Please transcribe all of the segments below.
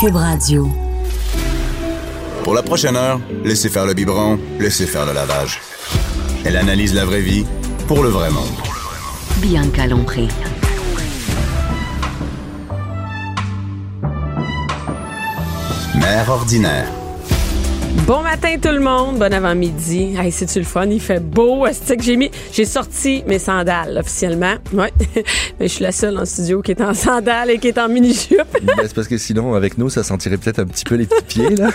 Cube Radio. Pour la prochaine heure, laissez faire le biberon, laissez faire le lavage. Elle analyse la vraie vie pour le vrai monde. Bianca Lompré. Mère ordinaire. Bon matin tout le monde, bon avant-midi. Hey, c'est-tu le fun? Il fait beau. C'est que j'ai mis, j'ai sorti mes sandales officiellement. Ouais. Mais je suis la seule en studio qui est en sandales et qui est en mini-jupe. Ben, c'est parce que sinon, avec nous, ça sentirait peut-être un petit peu les petits pieds, là.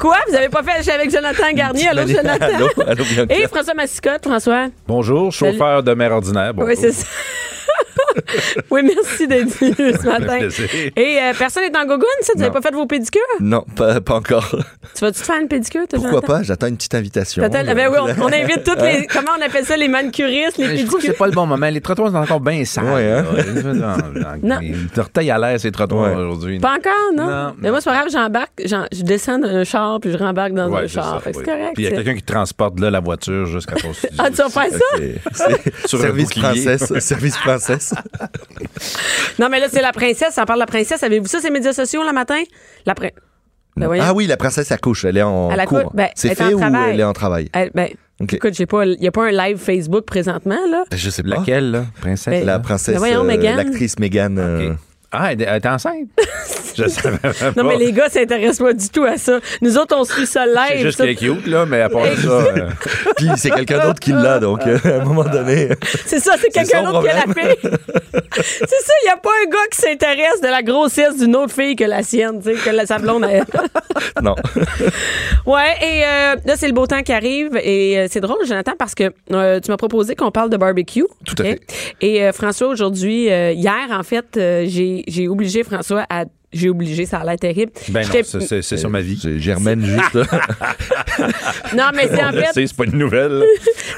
Quoi? Vous avez pas fait le chien avec Jonathan Garnier? Allô, Jonathan? Allô, allô, Bianca. Et François Massicotte, François? Bonjour, chauffeur de mer ordinaire. Bonjour. Oui, c'est ça. oui, merci d'être venu ce matin. plaisir. Et euh, personne n'est en gogoune, ça? Vous n'avez Non. pas fait vos pédicures? Non, pas, pas encore. Tu vas-tu te faire une pédicure, toi, Pourquoi Jonathan? pas? J'attends une petite invitation. T'attends- ben oui, on, on invite toutes les. Comment on appelle ça? Les manucuristes, les Mais Je trouve que pédicures. c'est pas le bon moment. Les trottoirs sont encore bien sales. Ouais, hein? Non. Ils te retaillent à l'air, ces trottoirs, Ouais. aujourd'hui. Pas encore, non? Non, Mais moi, c'est pas grave, j'embarque, j'en- je descends d'un char puis je rembarque dans un Ouais, c'est char. ça, Fait que c'est oui. correct. Puis il y a ça. quelqu'un qui transporte là, la voiture jusqu'à ton studio. Ah, tu vas faire ça? C'est- c'est- Sur un service bouclier. princesse, service princesse. Non, mais là, c'est la princesse. On parle de la princesse. Avez-vous ça, ces médias sociaux, le matin? La prin- Ben, voyons. Ah oui, la princesse accouche, elle est en Elle accouche, cours. ben, elle c'est est en fait ou travail. elle est en travail? Eh, ben, Ok. écoute, j'ai pas, il n'y a pas un live Facebook présentement, là. Ah, Je sais pas. Laquelle, là? Princesse? Ben, La princesse, Ben voyons, euh, Meghan. l'actrice Meghan. euh, Ah. OK. Ah, elle elle est enceinte? je savais même pas. Non, mais les gars s'intéressent pas du tout à ça. Nous autres, on suit ça Oh. C'est live. juste ça. qu'elle est cute, là, mais à part ça... euh, Puis c'est quelqu'un d'autre qui l'a, Ah. donc euh, à un moment donné. C'est ça, c'est quelqu'un son d'autre qui a la fille. c'est ça, il n'y a pas un gars qui s'intéresse de la grossesse d'une autre fille que la sienne, tu sais, que la sablonne a. non. Ouais, et euh, là, c'est le beau temps qui arrive. Et euh, c'est drôle, Jonathan, parce que euh, tu m'as proposé qu'on parle de barbecue. Tout à OK? Et euh, François, aujourd'hui, euh, hier, en fait, euh, j'ai j'ai obligé François à. J'ai obligé, ça a l'air terrible. ben non, J'étais- c'est- c'est c'est sur ma vie. J'ai- Ah. Germaine, juste. là. Non, mais c'est On en le fait, sait, c'est pas une nouvelle. là.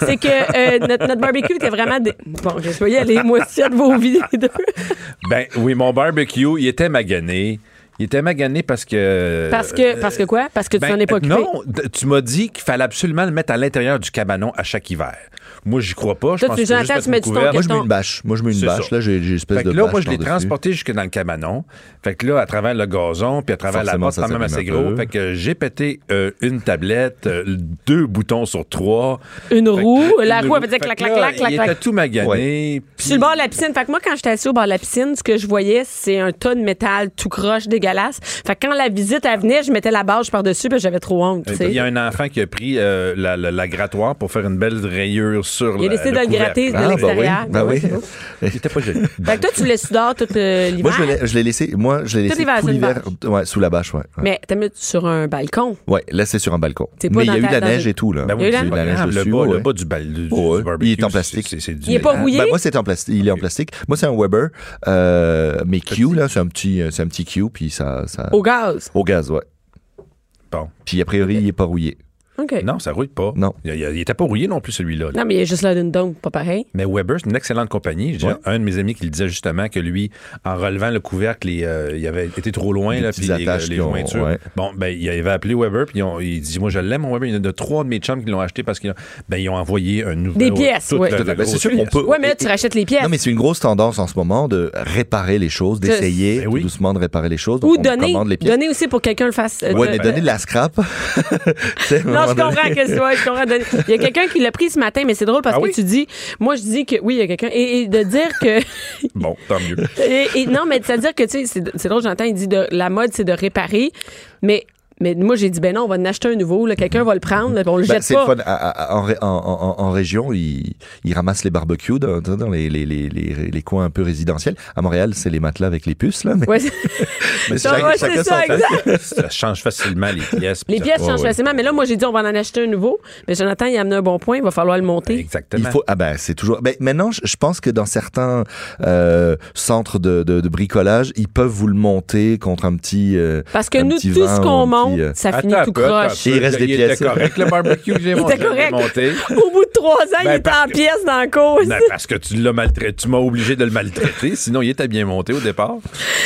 c'est que euh, notre, notre barbecue était vraiment. dé- Bon, je vais y aller, moi aussi, à de vos vidéos. ben oui, mon barbecue, il était magané. Il était magané parce que... Parce que, parce que quoi? Parce que tu Ben, n'en es pas occupé. Non, d- tu m'as dit qu'il fallait absolument le mettre à l'intérieur du cabanon à chaque hiver. Moi, j'y crois pas. Je Toi, pense tu que dis, juste attends, mettre tu mets une du couverte. Moi, je mets Ton- une bâche. Moi, je mets une C'est bâche. ça. Là, j'ai j'ai une espèce Fait que de là, bâche moi, je l'ai par-dessus. transporté jusque dans le cabanon. Fait que là, à travers le gazon, puis à travers Forcément, la porte, ça quand même assez s'abîme un gros. peu. Fait que j'ai pété euh, une tablette, euh, deux boutons sur trois. Une Fait que- roue, Euh, la une roue, elle faisait Fait que clac, là, clac, clac, clac, Il clac. était tout magané. puis- Sur le bord de la piscine. Fait que moi, quand j'étais assis au bord de la piscine, ce que je voyais, c'est un tas de métal tout croche, dégueulasse. Fait que quand la visite, elle venait, je mettais la barge par-dessus, puis j'avais trop honte, Eh tu ben, Il y a sais. un enfant qui a pris euh, la, la- la grattoire pour faire une belle rayure sur Il a la- décidé le de le couvercle. gratter de Ah, bah oui. l'extérieur. Bah Ouais, oui. c'est beau. Il était pas joli. Fait que toi, tu le sudores tout euh, Moi, l'hiver. je l'ai- je l'ai laissé. Moi, je l'ai laissé l'hiver, tout c'est une l'hiver. Ouais, sous la bâche, ouais. ouais. Mais t'as mis sur un balcon. Ouais, là, c'est sur un balcon. C'est pas Mais il y a dans eu ta- de la dans neige une- et tout, là. Ben oui, Il y a c'est eu de la pas neige grave, dessus. le bas, ouais. le bas du, bal- du- du Ouais. barbecue, Il est en c'est- plastique. c'est- c'est du- Il est pas rouillé. Ben, moi, c'est en plastique. Il est en plastique. Moi, c'est un Weber. Euh, mais Q, là, c'est un petit, euh, c'est un petit Q, puis ça, ça. Au gaz. Au gaz, ouais. Bon. Puis a priori, il est pas rouillé. OK. Non, ça rouille pas. Non. Il, il- il était pas rouillé non plus, celui-là. là. Non, mais il y a juste là d'une dôme, pas pareil. Mais Weber, c'est une excellente compagnie. J'ai Ouais. un de mes amis qui le disait justement que lui, en relevant le couvercle, les, euh, il avait été trop loin, Les là, puis petites les, attaches les qui ont- jointures. ouais. Bon, ben, il avait appelé Weber, puis ils ont- il dit Moi, je l'aime, mon Weber. Il y en a de trois de mes chums qui l'ont acheté parce qu'ils ont, ben, ils ont envoyé un nouveau. Des pièces, toute ouais. la- Tout à la fait. Ben, c'est grosse sûr qu'on pièce. peut- Ouais, mais là, tu rachètes les pièces. Non, mais c'est une grosse tendance en ce moment de réparer les choses, d'essayer Ben oui. tout doucement de réparer les choses. Donc, Ou on donner. commande les pièces. Donner aussi pour que quelqu'un le fasse. euh, Ouais, de- mais donner de la scrap. non, Non, je comprends que c'est ouais, je comprends. Denis. Il y a quelqu'un qui l'a pris ce matin, mais c'est drôle parce Ah que oui? tu dis, moi je dis que oui, il y a quelqu'un et, et de dire que Bon, tant mieux. et, et non, mais c'est à dire que tu sais, c'est c'est drôle, j'entends il dit de la mode c'est de réparer, mais mais moi j'ai dit ben non, on va en acheter un nouveau, là, quelqu'un va le prendre, là, puis on le Ben, jette c'est le pas. fun. À- à- en, ré- en- en- en région, ils, ils ramassent les barbecues dans, dans- dans les, les- les- les- les coins un peu résidentiels. À Montréal, c'est les matelas avec les puces, là. Mais, Ouais, c'est- mais ça, ouais, c'est chacun ça, son- exact. ça change facilement les pièces. puis les ça- pièces Ouais, changent ouais. facilement, mais là moi j'ai dit on va en acheter un nouveau, mais Jonathan il a amené un bon point, il va falloir le monter. Exactement. Il faut, ah ben, c'est toujours. Ben, maintenant, je, je pense que dans certains euh, centres de, de- de bricolage, ils peuvent vous le monter contre un petit. euh, Parce que un nous, petit tout vin ce ou qu'on un petit monte, euh, ça finit Attends tout un peu, attends un croche. peu. Il reste des il pièces. Était correct, le barbecue que j'ai monté. était je l'ai correct. monté. Au bout de trois ans, il Ben, était parce en que- pièces dans la cause. Ben, parce que tu l'as maltraité. Tu m'as obligé de le maltraiter. Sinon, il était bien monté au départ.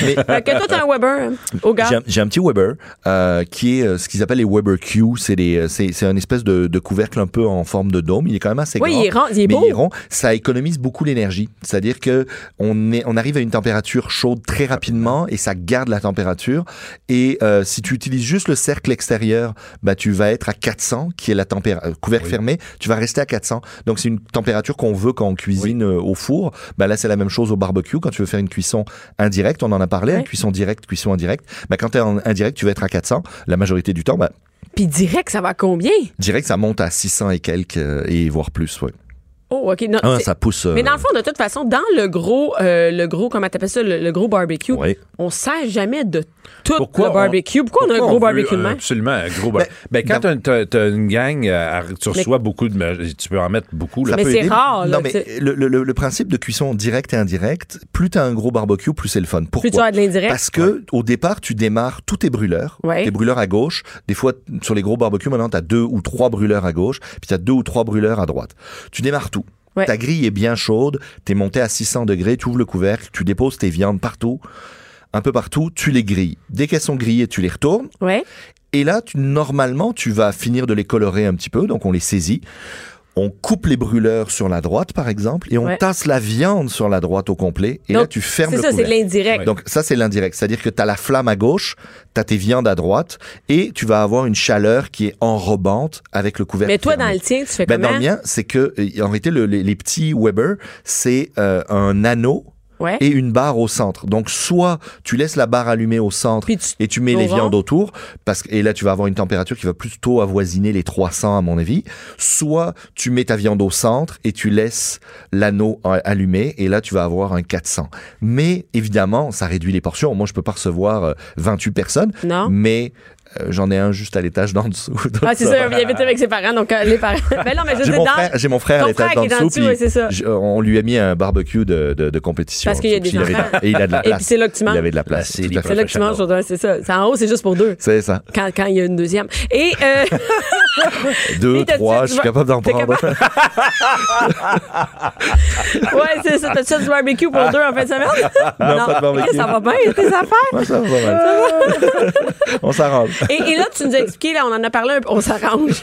Ben, Fait que toi, t'as un Weber hein, au gars. J'ai un- J'ai un petit Weber euh, qui est euh, ce qu'ils appellent les Weber Q. C'est des, euh, c'est c'est un espèce de, de couvercle un peu en forme de dôme. Il est quand même assez Oui, grand. il est rond, il est mais beau. il est rond. Ça économise beaucoup l'énergie. C'est-à-dire que on est, on arrive à une température chaude très rapidement et ça garde la température. Et euh, si tu utilises juste le cercle extérieur, bah tu vas être à 400, qui est la température couvercle fermé. Tu vas rester à 400. Donc c'est une température qu'on veut quand on cuisine euh, au four. Bah là c'est la même chose au barbecue quand tu veux faire une cuisson indirecte. On en a parlé, Ouais. hein, cuisson directe, cuisson indirecte. Bah quand t'es en indirect, tu vas être à 400. La majorité du temps, bah Puis direct, ça va à combien? direct ça monte à 600 et quelques euh, et voire plus. Ouais. Oh, OK. non, Ah, c'est- ça pousse. euh, Mais dans le fond, de toute façon, dans le gros, euh, le gros, comment t'appelles ça, le, le gros barbecue, Ouais. on sert jamais de tout Pourquoi le on- barbecue. Pourquoi, on a un Pourquoi gros veut barbecue de un- euh, même? Absolument, un gros barbecue. Ben, quand t'as- t'as t'as une gang, euh, à- tu reçois beaucoup de. ma- Tu peux en mettre beaucoup. Là. Ça Mais peut c'est aider. rare, là, Non, mais tu sais. le, le- le- le principe de cuisson directe et indirecte, plus t'as un gros barbecue, plus c'est le fun. Pourquoi Plus tu as de l'indirect. Parce que au départ, tu démarres tous tes brûleurs. Ouais. Tes brûleurs à gauche. Des fois, t- sur les gros barbecues, maintenant, t'as deux ou trois brûleurs à gauche, puis t'as deux ou trois brûleurs à droite. Tu démarres tout. Ouais. Ta grille est bien chaude, t'es monté à 600 degrés, tu ouvres le couvercle, tu déposes tes viandes partout, un peu partout, tu les grilles. Dès qu'elles sont grillées, tu les retournes. Ouais. Et là, tu, normalement, tu vas finir de les colorer un petit peu, donc on les saisit. On coupe les brûleurs sur la droite, par exemple, et on Ouais. tasse la viande sur la droite au complet. Et là, Donc, tu fermes C'est le ça, c'est de couvercle. l'indirect. Donc ça, c'est l'indirect. C'est-à-dire que tu as la flamme à gauche, tu as tes viandes à droite, et tu vas avoir une chaleur qui est enrobante avec le couvercle. Mais toi, fermé. dans le tien, tu fais Ben, comment? dans le mien, c'est que, euh, en réalité, le- les, les petits Weber, c'est euh, un anneau Ouais. et une barre au centre. Donc, soit tu laisses la barre allumée au centre Puis tu- et tu mets au les vent. viandes autour, parce que, et là, tu vas avoir une température qui va plutôt avoisiner les 300, à mon avis. Soit tu mets ta viande au centre et tu laisses l'anneau euh, allumé, et là, tu vas avoir un 400. Mais, évidemment, ça réduit les portions. Moi, je peux pas recevoir euh, 28 personnes. Non. Mais, euh, j'en ai un juste à l'étage d'en dessous. Donc, Ah, c'est ça ça, va. il habite avec ses parents, donc euh, les parents. Ben non, mais je J'ai veux mon, dire, dans- frère, j'ai mon frère à ton l'étage frère d'en qui est dans dessous, dessous, puis oui, c'est ça. je- on lui a mis un barbecue de, de, de compétition. Parce qu'il y a des Puis il avait de- enfants. Et il a de la Et puis place. c'est là que tu manges. Il avait de la place. C'est tout les à fait. c'est là que tu manges, Jordan, c'est ça. C'est en haut, c'est juste pour deux. C'est ça. Quand, quand il y a une deuxième. Et euh, Deux, Et t'as- trois, tu- je tu suis vas- capable d'en t'es prendre. ouais, c'est ça. T'as-tu fait du barbecue pour deux en fin de semaine? Ah. Non, pas de barbecue. Ok, Ça va bien, tes affaires. Ouais, ça va pas mal. On s'arrange. Et, et là, tu nous as expliqué, là, on en a parlé un peu, on s'arrange.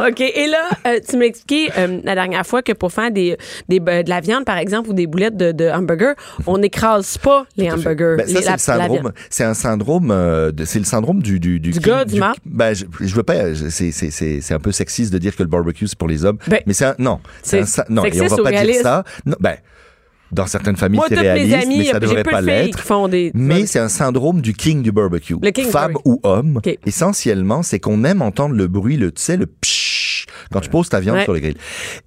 OK. Et là, euh, tu m'as expliqué euh, la dernière fois que pour faire des, des, be- de la viande, par exemple, ou des boulettes de, de hamburger, on n'écrase pas les hamburgers. Ben, les- ça, la- c'est le la viande. syndrome. C'est un syndrome. euh, de- c'est le syndrome du du du, gars, du mâle. Ben, je, je veux pas. je- C'est c'est c'est c'est un peu sexiste de dire que le barbecue c'est pour les hommes. Ben, mais c'est un- non. C'est un c'est sa- non. Et on sexiste va ou pas dire réaliste? ça. Non, ben. Dans certaines familles, Moi, c'est toutes mes réaliste, amies, mais ça j'ai devrait peu de pas filles l'être. qui font des- Mais c'est un syndrome du king du barbecue. Le king, Femme oui. ou homme, Ok. essentiellement, c'est qu'on aime entendre le bruit, le tu sais, le pshhh quand tu poses ta viande Ouais. sur le grill.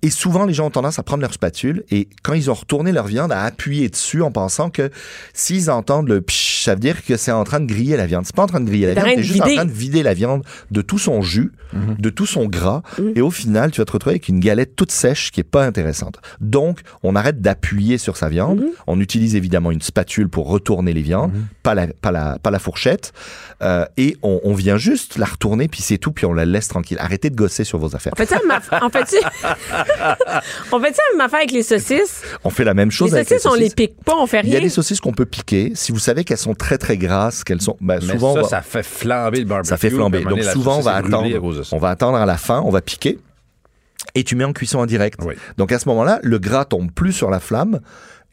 Et souvent, les gens ont tendance à prendre leur spatule et quand ils ont retourné leur viande, à appuyer dessus en pensant que s'ils entendent le pshhh, ça veut dire que c'est en train de griller la viande. C'est pas en train de griller la T'es en viande, train c'est de juste en vider. train de vider la viande de tout son jus, Mhm. de tout son gras. Mhm. Et au final, tu vas te retrouver avec une galette toute sèche qui est pas intéressante. Donc, on arrête d'appuyer sur sa viande. Mhm. On utilise évidemment une spatule pour retourner les viandes, Mhm. pas, la, pas, la, pas la fourchette. Euh, et on, on vient juste la retourner, puis c'est tout, puis on la laisse tranquille. Arrêtez de gosser sur vos affaires. On fait ça, ma- on fait ça, on fait ça, ma affaire avec les saucisses. On fait la même chose les avec les saucisses, on les pique pas, on fait Il y rien. a des saucisses qu'on peut piquer. Si vous savez qu'elles sont très, très grasses, qu'elles sont... ben, Mais souvent, on ça, va- ça fait flamber le barbecue. Ça fait flamber. puis à un Donc souvent, moment donné, la on saucisse va est brûlée attendre. à cause de ça. On va attendre à la fin, on va piquer. Et tu mets en cuisson en direct. Oui. Donc à ce moment-là, le gras tombe plus sur la flamme.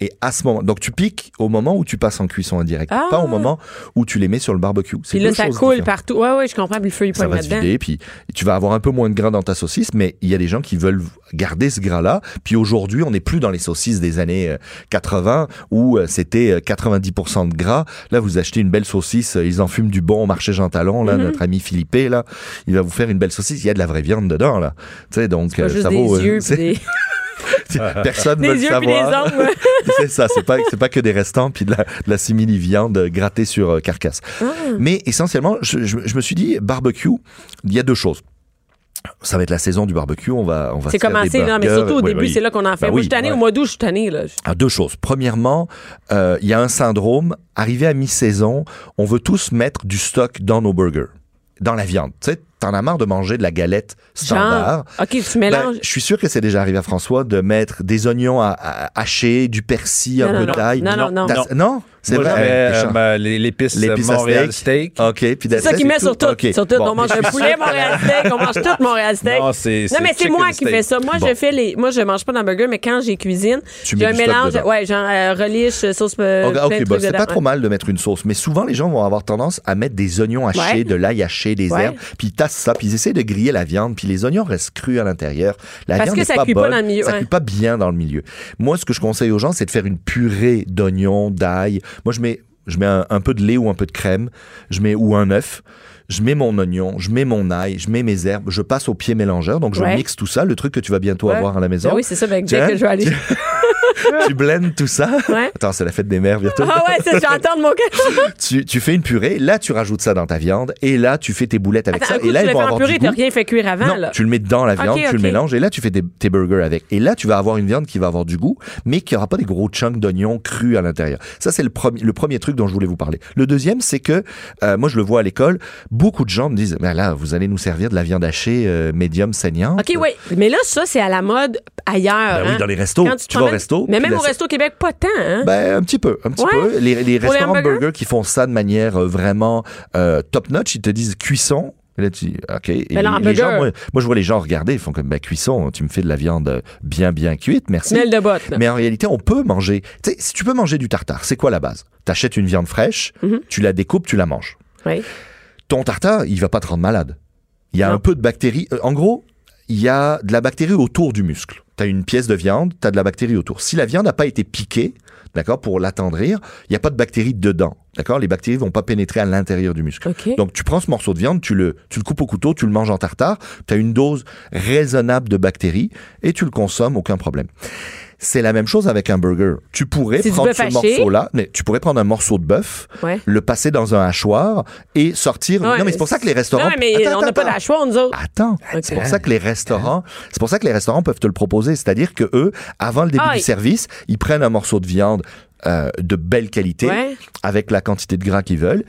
Et à ce moment, donc tu piques au moment où tu passes en cuisson en direct, Ah. pas au moment où tu les mets sur le barbecue. C'est Puis là, deux ça choses coule différentes. partout. Ouais, ouais, je comprends, puis le feu, il Ça pogne va se là-dedans. vider, puis tu vas avoir un peu moins de gras dans ta saucisse, mais il y a des gens qui veulent garder ce gras-là. Puis aujourd'hui, on n'est plus dans les saucisses des années euh, 80 où euh, c'était euh, 90% de gras. Là, vous achetez une belle saucisse, euh, ils en fument du bon au marché Jean Talon. Mhm. Là, notre ami Philippe, là, il va vous faire une belle saucisse. Il y a de la vraie viande dedans, là. Tu sais, donc Pas euh, juste ça des vaut. euh, yeux, puis c'est- des, personne ne des veut le yeux, puis des savoir. ongles. c'est ça, c'est pas, c'est pas que des restants puis de la, de la simili-viande grattée sur euh, Ah. carcasse. Mais essentiellement, je, je- je me suis dit, barbecue, il y a deux choses. ça va être la saison du barbecue. On va, on va. C'est se faire des commencé, non, mais burgers. surtout au Oui, début, oui. c'est là qu'on en fait. Ben Moi, oui, je suis tannée, ouais. au mois d'août, je suis tannée, là. Alors, deux choses. Premièrement, euh, il y a un syndrome. Arrivé à mi-saison, on veut tous mettre du stock dans nos burgers, dans la viande. Tu sais, t'en as marre de manger de la galette Genre, standard. OK, tu Ben, mélanges. je suis sûr que c'est déjà arrivé à François de mettre des oignons à, à- hachés, du persil, Non, un peu non, de d'ail. non, non, non. D'as- c'est Moi, vrai. j'avais, Hey, euh, Richard. ben, les- l'épice L'épice à Ah. Montréal Steak. OK, puis c'est ça qu'il met sur tout. OK. Sur tout. Bon, on mange mais un je suis poulet sûr que la- Montréal Steak, on mange tout Montréal Steak. Non, c'est- c'est mais c'est chicken moi qui steak. fais ça. Moi, je Bon. fais les. Moi, je mange pas d'hamburger, mais quand j'ai cuisine, Tu j'ai un mets du stock mélange. dedans. Ouais, genre euh, relish, sauce. euh, Ok, plein ok, de bah, trucs c'est dedans. pas trop mal de mettre une sauce, mais souvent les gens vont avoir tendance à mettre des oignons hachés, Ouais. de l'ail haché, des Ouais. herbes, puis ils tassent ça, puis ils essaient de griller la viande, puis les oignons restent crus à l'intérieur. La Parce viande que n'est ça pas cuit pas bonne, dans le milieu, ça ouais. cuit pas bien dans le milieu. Moi, ce que je conseille aux gens, c'est de faire une purée d'oignons, d'ail. Moi, je mets je mets un, un peu de lait ou un peu de crème, je mets ou un œuf. Je mets mon oignon, je mets mon ail, je mets mes herbes, je passe au pied mélangeur, donc je Ouais. mixe tout ça, le truc que tu vas bientôt Ouais. avoir à la maison. Ben oui, c'est ça, ben, Tu dès vois? que je vais aller. tu blends tout ça. Ouais. Attends, c'est la fête des mères bientôt. Ah ouais, c'est- j'entends de mon cœur. tu, tu fais une purée, là tu rajoutes ça dans ta viande, et là tu fais tes boulettes avec Attends, un ça, coup, et là tu le ils fais vont en avoir purée, du t'as goût. rien fait cuire avant, Non, là. tu le mets dans la viande, Ok, tu ok. le mélanges, et là tu fais des- tes burgers avec. Et là tu vas avoir une viande qui va avoir du goût, mais qui aura pas des gros chunks d'oignons crus à l'intérieur. Ça c'est le premier, le premier truc dont je voulais vous parler. Le deuxième c'est que euh, moi je le vois à l'école, beaucoup de gens me disent, Ben là vous allez nous servir de la viande hachée euh, médium saignante. OK, oui. Mais là, ça, c'est à la mode ailleurs. Ben oui, hein. dans les restos. Quand tu, te Tu vas au promènes- resto, Mais puis même là, au c'est- resto Québec, pas tant, hein? Ben, un petit peu, un petit Ouais. peu. Les, les Pour les restaurants hamburgers? burgers qui font ça de manière euh, vraiment euh, top notch, ils te disent cuisson. Et là, tu dis, OK. Et Ben, le les hamburger. gens, moi, moi, je vois les gens regarder, ils font comme, ben, cuisson, tu me fais de la viande euh, bien, bien cuite, merci. Tunnel de botte, là. Mais en réalité, on peut manger. Tu sais, si tu peux manger du tartare, c'est quoi la base? T'achètes une viande fraîche, Mhm. tu la découpes, tu la manges. Oui. Ton tartare, il va pas te rendre malade. Il y a Non. un peu de bactéries. Euh, En gros, il y a de la bactérie autour du muscle. T'as une pièce de viande, t'as de la bactérie autour. Si la viande n'a pas été piquée, d'accord, pour l'attendrir, il n'y a pas de bactéries dedans, d'accord. Les bactéries vont pas pénétrer à l'intérieur du muscle. OK. Donc tu prends ce morceau de viande, tu le, tu le coupes au couteau, tu le manges en tartare, t'as une dose raisonnable de bactéries et tu le consommes, aucun problème. C'est la même chose avec un burger. Tu pourrais C'est du prendre bœuf ce haché. morceau-là, mais tu pourrais prendre un morceau de bœuf, Ouais. le passer dans un hachoir et sortir. Ouais, non, mais c'est pour ça que les restaurants. Ouais, mais Attends, on n'a attends, pas attends. la choix, nous autres. Attends, c'est pour ça que les restaurants, Hein? c'est pour ça que les restaurants peuvent te le proposer, c'est-à-dire que eux, avant le début Ah, du ils- service, ils prennent un morceau de viande euh, de belle qualité Ouais. avec la quantité de gras qu'ils veulent.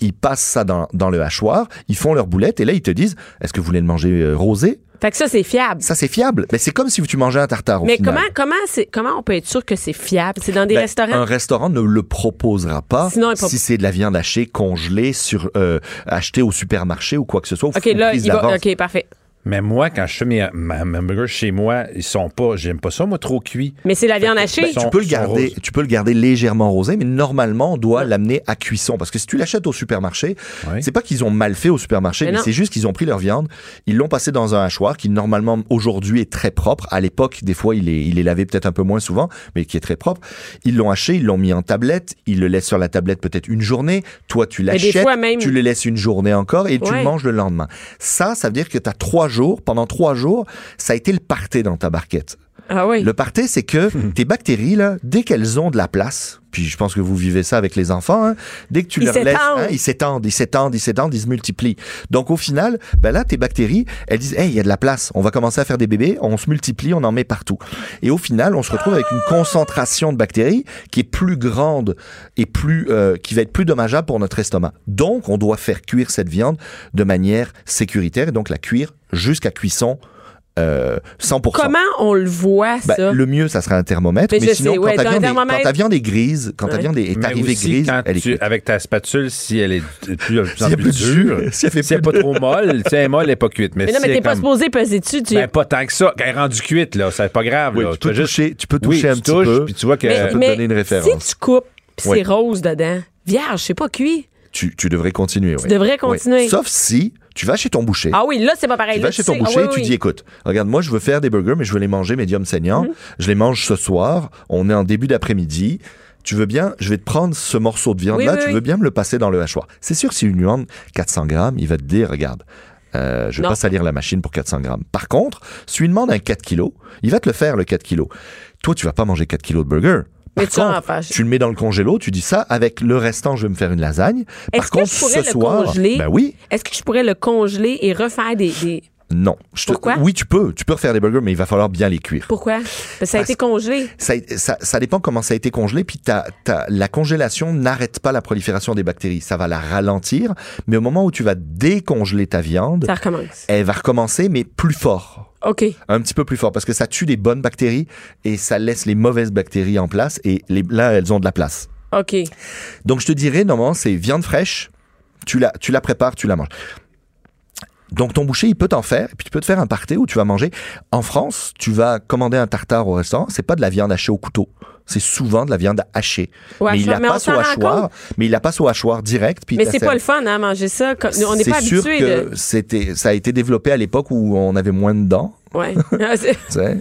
Ils passent ça dans, dans le hachoir, ils font leur boulette et là ils te disent est-ce que vous voulez le manger euh, rosé Fait que ça, c'est fiable. Ça c'est fiable, mais c'est comme si tu mangeais un tartare. au mais final. comment, comment, c'est, comment on peut être sûr que c'est fiable? C'est dans des Ben, restaurants. Un restaurant ne le proposera pas Sinon, il pro- si c'est de la viande hachée congelée sur euh, achetée au supermarché ou quoi que ce soit. ou- OK, ou là, prise il va. d'avance. OK, parfait. Mais moi, quand je fais mes, ma- mes hamburgers chez moi, ils sont pas, j'aime pas ça, moi, trop cuits. Mais c'est la viande hachée. sont- tu peux le sont garder, roses. tu peux le garder légèrement rosé, mais normalement on doit l'amener à cuisson parce que si tu l'achètes au supermarché, Ouais. c'est pas qu'ils ont mal fait au supermarché, Mais mais, non. c'est juste qu'ils ont pris leur viande, ils l'ont passé dans un hachoir qui normalement aujourd'hui est très propre. À l'époque, des fois, il est, il est lavé peut-être un peu moins souvent, mais qui est très propre. Ils l'ont haché, ils l'ont mis en tablette, ils le laissent sur la tablette peut-être une journée. Toi, tu des l'achètes, fois même- tu le laisses une journée encore et tu Ouais. le manges le lendemain. Ça, ça veut dire que tu as trois jours, pendant trois jours, ça a été le parté dans ta barquette. Ah oui. Le parté, c'est que tes bactéries, là, dès qu'elles ont de la place, puis je pense que vous vivez ça avec les enfants, hein, dès que tu Ils leur laisses, s'étendent. hein, ils s'étendent, ils s'étendent, ils s'étendent, ils se multiplient. Donc au final, ben là, tes bactéries, elles disent, hey, il y a de la place, on va commencer à faire des bébés, on se multiplie, on en met partout. Et au final, on se retrouve avec une concentration de bactéries qui est plus grande et plus, euh, qui va être plus dommageable pour notre estomac. Donc, on doit faire cuire cette viande de manière sécuritaire et donc la cuire jusqu'à cuisson. euh, 100%. Comment on le voit, Ben, ça? le mieux, ça serait un thermomètre. Mais Mais, je sinon, sais, ouais, quand, ta un viande est, thermomètre. quand ta viande est grise, quand ta Ouais. viande est, est Mais arrivée aussi, grise, quand elle est tu- cuite. avec ta spatule, si elle est de plus, de plus en S'il y a plus plus de jus, dure, si elle fait si elle est pas plus de- trop molle, si elle est molle, elle est pas cuite. Mais, mais non, si mais elle t'es est pas comme- supposé peser dessus. Tu... Ben, pas tant que ça. Quand elle est rendue cuite, là, c'est pas grave. Oui, là. tu peux as juste- toucher- tu peux Oui, toucher un tu petit touches, peu. Puis tu vois que. euh, Mais- peut te donner une référence. Si tu coupes, puis Oui. c'est rose dedans, vierge, c'est pas cuit. Tu, tu devrais continuer. Tu devrais continuer. Sauf si tu vas chez ton boucher. Ah oui, là, c'est pas pareil. Tu Là, vas chez tu ton sais- boucher Ah et oui, tu oui. dis écoute, regarde, moi je veux faire des burgers, mais je veux les manger médium saignant. Mm-hmm. Je les mange ce soir. On est en début d'après-midi. Tu veux bien, je vais te prendre ce morceau de viande là. Oui, oui, tu oui. veux bien me le passer dans le hachoir. C'est sûr, si une viande 400 grammes, il va te dire regarde. euh, je vais Non. pas salir la machine pour 400 grammes. Par contre, si tu lui demandes un 4 kilos, il va te le faire, le 4 kilos. Toi, tu vas pas manger 4 kilos de burger. Par Mais tu vas en contre, faire. tu le mets dans le congélo, tu dis ça, avec le restant, je vais me faire une lasagne. Par Est-ce que contre, je pourrais ce le soir, congeler? ben oui, Est-ce que je pourrais le congeler et refaire des. des- Non. Je te- Pourquoi? Oui, tu peux. Tu peux refaire des burgers, mais il va falloir bien les cuire. Pourquoi? Parce que ça a Parce- été congelé. Ça, ça, ça dépend comment ça a été congelé, puis t'as- t'as- la congélation n'arrête pas la prolifération des bactéries. Ça va la ralentir, mais au moment où tu vas décongeler ta viande, Ça recommence. elle va recommencer, mais plus fort. OK. Un petit peu plus fort, parce que ça tue les bonnes bactéries et ça laisse les mauvaises bactéries en place, et les, là, elles ont de la place. OK. Donc je te dirais, normalement, c'est viande fraîche, tu la, tu la prépares, tu la manges. Donc ton boucher, il peut t'en faire, et puis tu peux te faire un parté où tu vas manger. En France, tu vas commander un tartare au restaurant, c'est pas de la viande hachée au couteau. C'est souvent de la viande hachée. Au mais il hachoir. la Mais on passe s'en au rend hachoir, mais il la passe au hachoir direct. Puis il Mais te la c'est sert. pas le fun, hein, manger ça. Comme- nous, On n'est C'est pas sûr habitué que de. c'était, ça a été développé à l'époque où on avait moins de dents. Ouais. Ah, C'est- tu sais.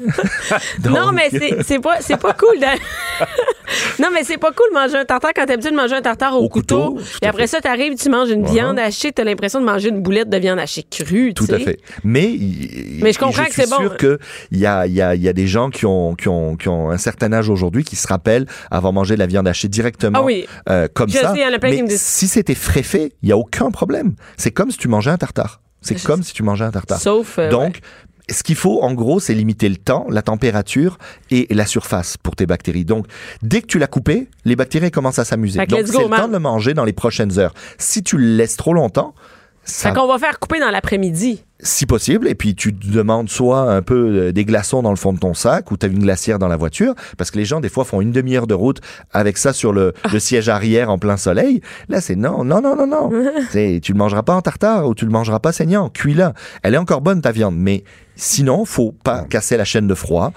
non, Donc, mais c'est- c'est pas, c'est pas cool. de- non, mais c'est pas cool de manger un tartare quand t'es habitué de manger un tartare au, Au couteau, couteau. tout à Et après fait. ça, Uh-huh. t'arrives, tu manges une viande hachée, t'as l'impression de manger une boulette de viande hachée crue. Tout tu à sais. fait. Mais, il- Mais je comprends que suis c'est bon. sûr que il y a, il y, a, il y a des gens qui ont, qui, ont, qui ont un certain âge aujourd'hui qui se rappellent avoir mangé de la viande hachée directement Ah oui. euh, comme Je ça. sais, il y en a plein qui me Mais disent- si c'était frais fait, il y a aucun problème. C'est comme si tu mangeais un tartare. C'est comme si tu mangeais un tartare. Sauf. euh, Donc, ce qu'il faut, en gros, c'est limiter le temps, la température et la surface pour tes bactéries. Donc, dès que tu l'as coupé, les bactéries commencent à s'amuser. Fait que Donc, let's go, c'est le man. temps de le manger dans les prochaines heures. Si tu le laisses trop longtemps, Fait ça, qu'on va faire couper dans l'après-midi. si possible, et puis tu te demandes soit un peu euh, des glaçons dans le fond de ton sac ou t'as une glacière dans la voiture, parce que les gens des fois font une demi-heure de route avec ça sur le, Ah. le siège arrière en plein soleil. Là, c'est non, non, non, non, non. c'est tu le mangeras pas en tartare ou tu le mangeras pas saignant. Cuis-la. Elle est encore bonne ta viande, mais sinon, faut pas casser la chaîne de froid.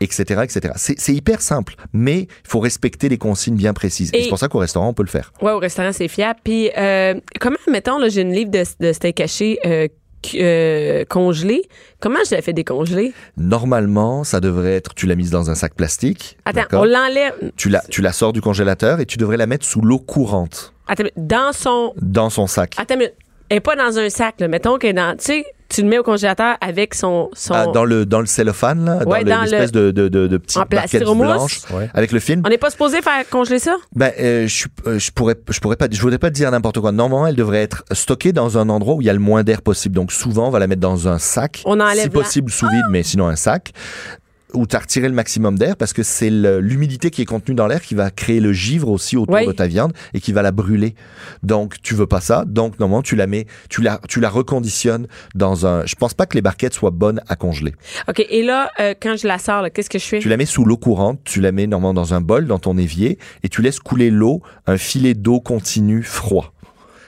Etc. etc. C'est c'est hyper simple, mais il faut respecter les consignes bien précises. Et, Et- c'est pour ça qu'au restaurant, on peut le faire. Ouais, au restaurant, c'est fiable. Puis, euh, comment, mettons, là, j'ai une livre de, de steak haché euh, cu- euh, congelé. Comment je la fais décongeler? Normalement, ça devrait être, tu l'as mise dans un sac plastique. Attends, d'accord on l'enlève. Tu la, tu la sors du congélateur et tu devrais la mettre sous l'eau courante Attends, dans son. dans son sac. Attends, une minute. elle est pas dans un sac, là. Mettons qu'elle est dans. Tu sais, tu le mets au congélateur avec son. son... Ah, dans le dans le cellophane là, Ouais, dans, le- dans l'espèce de de de, de petite En plastique barquette remousse. blanche Ouais. avec le film. On n'est pas supposé faire congeler ça? Ben euh, je suis- euh, je pourrais je pourrais pas je voudrais pas dire n'importe quoi. Normalement, elle devrait être stockée dans un endroit où il y a le moins d'air possible. Donc souvent, on va la mettre dans un sac, On enlève si la- Ah! possible sous vide, mais sinon un sac où tu as retiré le maximum d'air parce que c'est le- l'humidité qui est contenue dans l'air qui va créer le givre aussi autour Oui. de ta viande et qui va la brûler. Donc tu veux pas ça. Donc normalement tu la mets, tu la tu la reconditionnes dans un. Je pense pas que les barquettes soient bonnes à congeler. OK. Et là, euh, quand je la sors, là, qu'est-ce que je fais? Tu la mets sous l'eau courante, tu la mets normalement dans un bol, dans ton évier, et tu laisses couler l'eau, un filet d'eau continu, froid.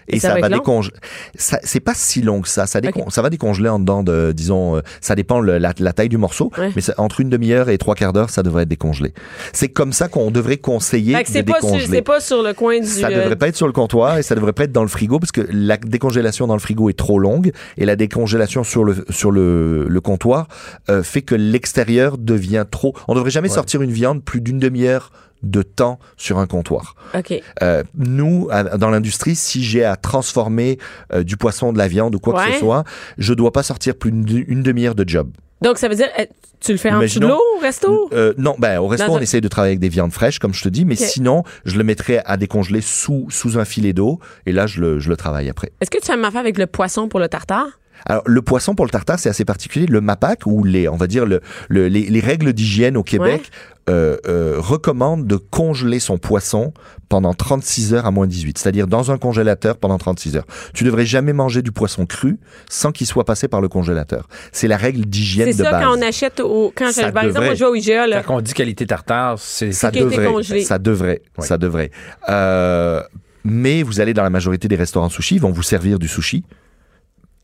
Et ça ça, va va être long? décongeler. C'est pas si long que ça. Ça, décon- Ok. ça va décongeler en dedans de, disons, euh, ça dépend le- la, la taille du morceau, Ouais. mais ça- entre une demi-heure et trois quarts d'heure, ça devrait être décongelé. C'est comme ça qu'on devrait conseiller Fait que de c'est pas, sur, décongeler. c'est pas sur le coin du. Ça euh, devrait pas être sur le comptoir et ça devrait pas être dans le frigo parce que la décongélation dans le frigo est trop longue et la décongélation sur le sur le, le comptoir euh, fait que l'extérieur devient trop. On devrait jamais sortir une viande plus d'une demi-heure de temps sur un comptoir. OK. Euh, nous, à- dans l'industrie, si j'ai à transformer euh, du poisson, de la viande ou quoi que Ouais. ce soit, je dois pas sortir plus d'une une demi-heure de job. Donc, ça veut dire, euh, tu le fais en dessous de Imaginons- l'eau au resto? Euh, non, ben au resto, Dans on un- essaye de travailler avec des viandes fraîches, comme je te dis, mais Ok. sinon, je le mettrais à décongeler sous sous un filet d'eau, et là, je le, je le travaille après. Est-ce que tu as ma faire avec le poisson pour le tartare? Alors, le poisson pour le tartare, c'est assez particulier. Le MAPAC, ou les, on va dire le, le- les, les règles d'hygiène au Québec, euh, euh, recommandent de congeler son poisson pendant 36 heures à moins 18, c'est-à-dire dans un congélateur pendant 36 heures. Tu devrais jamais manger du poisson cru sans qu'il soit passé par le congélateur. C'est la règle d'hygiène C'est de ça base. quand on achète au. Quand Ça je, par exemple, devrait. moi, je vais au IGA, là. Quand on dit qualité tartare, c'est ça qui a été devrait, congelé. ça devrait, Ouais. ça devrait. Euh, mais vous allez dans la majorité des restaurants de sushi, ils vont vous servir du sushi.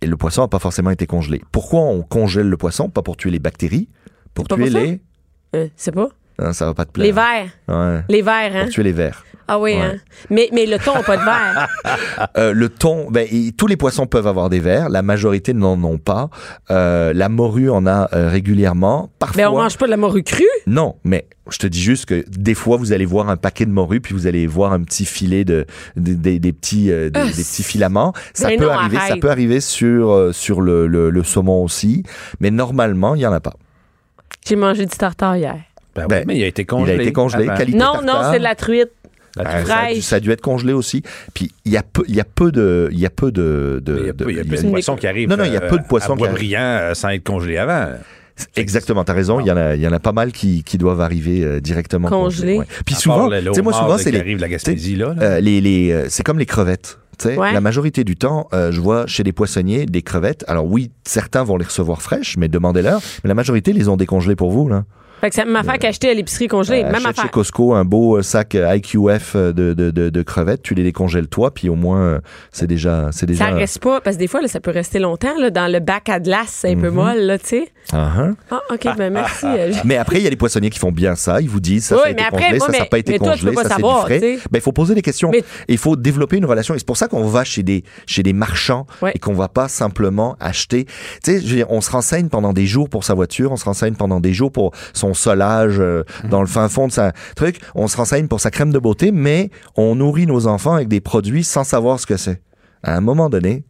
Et le poisson n'a pas forcément été congelé. Pourquoi on congèle le poisson Pas pour tuer les bactéries, pour pas tuer pour ça? les. Euh, c'est pas? Non, ça va pas te plaire. Les verres. Ouais. Les verres, hein? Pour tuer les vers. Ah oui, Ouais. hein? Mais, mais le thon n'a pas de verre. Euh, le thon, ben, et tous les poissons peuvent avoir des vers. La majorité n'en ont pas. Euh, la morue en a euh, régulièrement. Parfois. Mais Ben, on mange pas de la morue crue. Non, mais je te dis juste que des fois, vous allez voir un paquet de morue, puis vous allez voir un petit filet de, de- des- des petits, euh, des, Ah, des petits filaments. Ça mais peut non, arriver, ça arrête. peut arriver sur euh, sur le, le, le saumon aussi, mais normalement, il y en a pas. J'ai mangé du tartare hier. Ben oui, Ben, mais il a été Il congelé. Ah ben. a été congelé, avant. qualité Non, tartare. non, c'est de la truite. La Ben, ça, a dû- fraîche. ça a dû être congelé aussi. Puis il y a peu, il y a peu de, il y a peu de, de- Il y a de- peu- il y a il y peu a- de poissons qui arrivent. Non, non, il y a peu de poissons à bois qui arrivent. brillant euh, sans être congelé avant. Exactement, t'as raison. Il y en a, il y en a pas mal qui, qui doivent arriver euh, directement Congelés. ouais. Puis À souvent, part le- le tu sais, moi homard souvent qui c'est les, arrive de la Gaspésie, là, là. euh, les, les, euh, c'est comme les crevettes. tu sais. Ouais. La majorité du temps, euh, je vois chez les poissonniers des crevettes. Alors oui, certains vont les recevoir fraîches, mais demandez-leur. Mais la majorité les ont décongelées pour vous. Là. Fait que c'est la même affaire qu'acheter à l'épicerie congelée. Euh, même achète affaire. chez Costco un beau euh, sac euh, IQF euh, de, de, de, de crevettes, tu les décongèles toi, puis au moins euh, c'est déjà, c'est Ça déjà. reste pas, parce que des fois, là, ça peut rester longtemps, là, dans le bac à glace, c'est un peu molle, là, tu sais. Ah, hein. Ah, OK, ben merci. euh, Mais après, il y a les poissonniers qui font bien ça. Ils vous disent ça, Oui, ça a été mais après, congelé, moi, ça, ça n'a mais- pas été mais toi, tu congelé, peux pas ça c'est du savoir, frais. tu sais. Ben, il faut poser des questions. Mais- Et Il faut développer une relation. Et c'est pour ça qu'on va chez des, chez des marchands Ouais. et qu'on va pas simplement acheter. Tu sais, je veux dire, on se renseigne pendant des jours pour sa voiture, on se renseigne pendant des jours pour son solage euh, Mhm. dans le fin fond de sa truc, on se renseigne pour sa crème de beauté, mais on nourrit nos enfants avec des produits sans savoir ce que c'est. À un moment donné,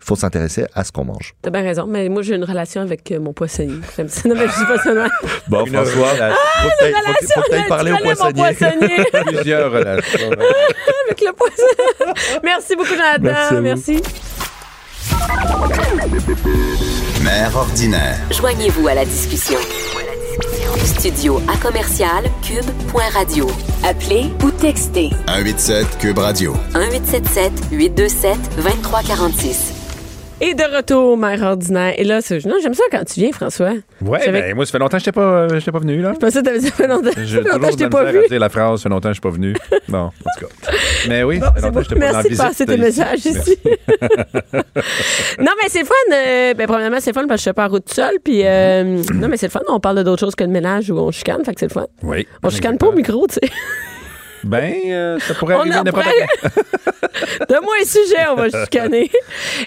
faut s'intéresser à ce qu'on mange. T'as bien raison, mais moi, j'ai une relation avec euh, mon poissonnier. J'aime ça. Non, mais je dis pas ça, non. Bon, Une relation- faut que t'ailles- faut que- faut que t'ailles Tu parler connais aux mon poissonniers. poissonnier. Plusieurs euh, relations. avec le poisson. merci beaucoup, Jonathan. Merci à vous. merci. Mère ordinaire. Joignez-vous à la discussion. Studio à commercial cube.radio. Appelez ou textez 187 Cube Radio. 1877 827 2346. Et de retour, mère ordinaire. Et là, c'est- non, j'aime ça quand tu viens, François. Ouais, J'avais- ben, moi, ça fait longtemps que je n'étais pas, euh, j'étais pas venu, là. Je pensais que t'avais dit ça fait longtemps. Ça J'ai fait toujours longtemps que je de t'ai la pas misère vu. à dire la phrase, ça fait longtemps que je suis pas venu. Bon, en tout cas. Mais oui, ça fait C'est longtemps beau. que je n'étais pas dans la Merci de visite. passer tes messages ici. non, mais c'est le fun. euh, ben, premièrement, c'est le fun parce que je suis pas en route seule. Puis, euh, non, mais c'est le fun. On parle de d'autres choses que de ménage où on chicane. Fait que c'est le fun. Mm-hmm. Oui. On chicane pas au micro, tu sais. Ben, euh, ça pourrait On arriver en n'importe prend- quand. Donne-moi un sujet, on va chicaner.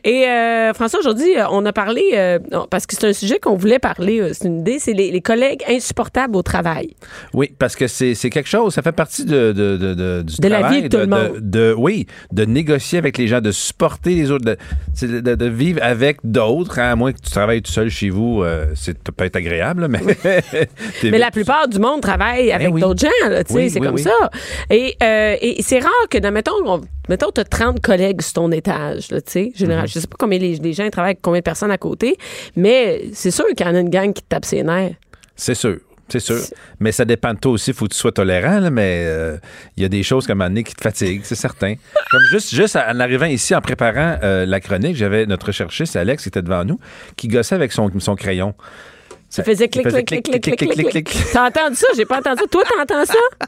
Et euh, François, aujourd'hui, euh, on a parlé, euh, non, parce que c'est un sujet qu'on voulait parler, euh, c'est une idée, c'est les, les collègues insupportables au travail. Oui, parce que c'est c'est quelque chose, ça fait partie de, de, de, de- du De la travail, vie de tout le monde. de- oui, de négocier avec les gens, de supporter les autres, de, c'est de- de- de vivre avec d'autres, hein, à moins que tu travailles tout seul chez vous, euh, c'est peut-être agréable, là, mais... Mais la plupart du monde travaille avec Ben oui. d'autres gens, là, tu sais, Oui, c'est oui, comme oui. ça. Et, euh, et c'est rare que, dans- mettons, on- mettons, tu as 30 collègues sur ton étage, là, tu sais, général. Mm-hmm. Je sais pas combien les, les gens ils travaillent avec combien de personnes à côté, mais c'est sûr qu'il y en a une gang qui te tape ses nerfs. C'est sûr. C'est sûr. Mais ça dépend de toi aussi. Il faut que tu sois tolérant, là, mais euh, il y a des choses comme un moment donné qui te fatiguent, c'est certain. Comme juste, juste en arrivant ici, en préparant euh, la chronique, j'avais notre recherchiste, Alex, qui était devant nous, qui gossait avec son, son crayon. Ben, Ça faisait clic, clic, clic, clic, clic, clic, clic. T'as entendu ça? J'ai pas entendu ça. Toi, t'entends ça? Ah,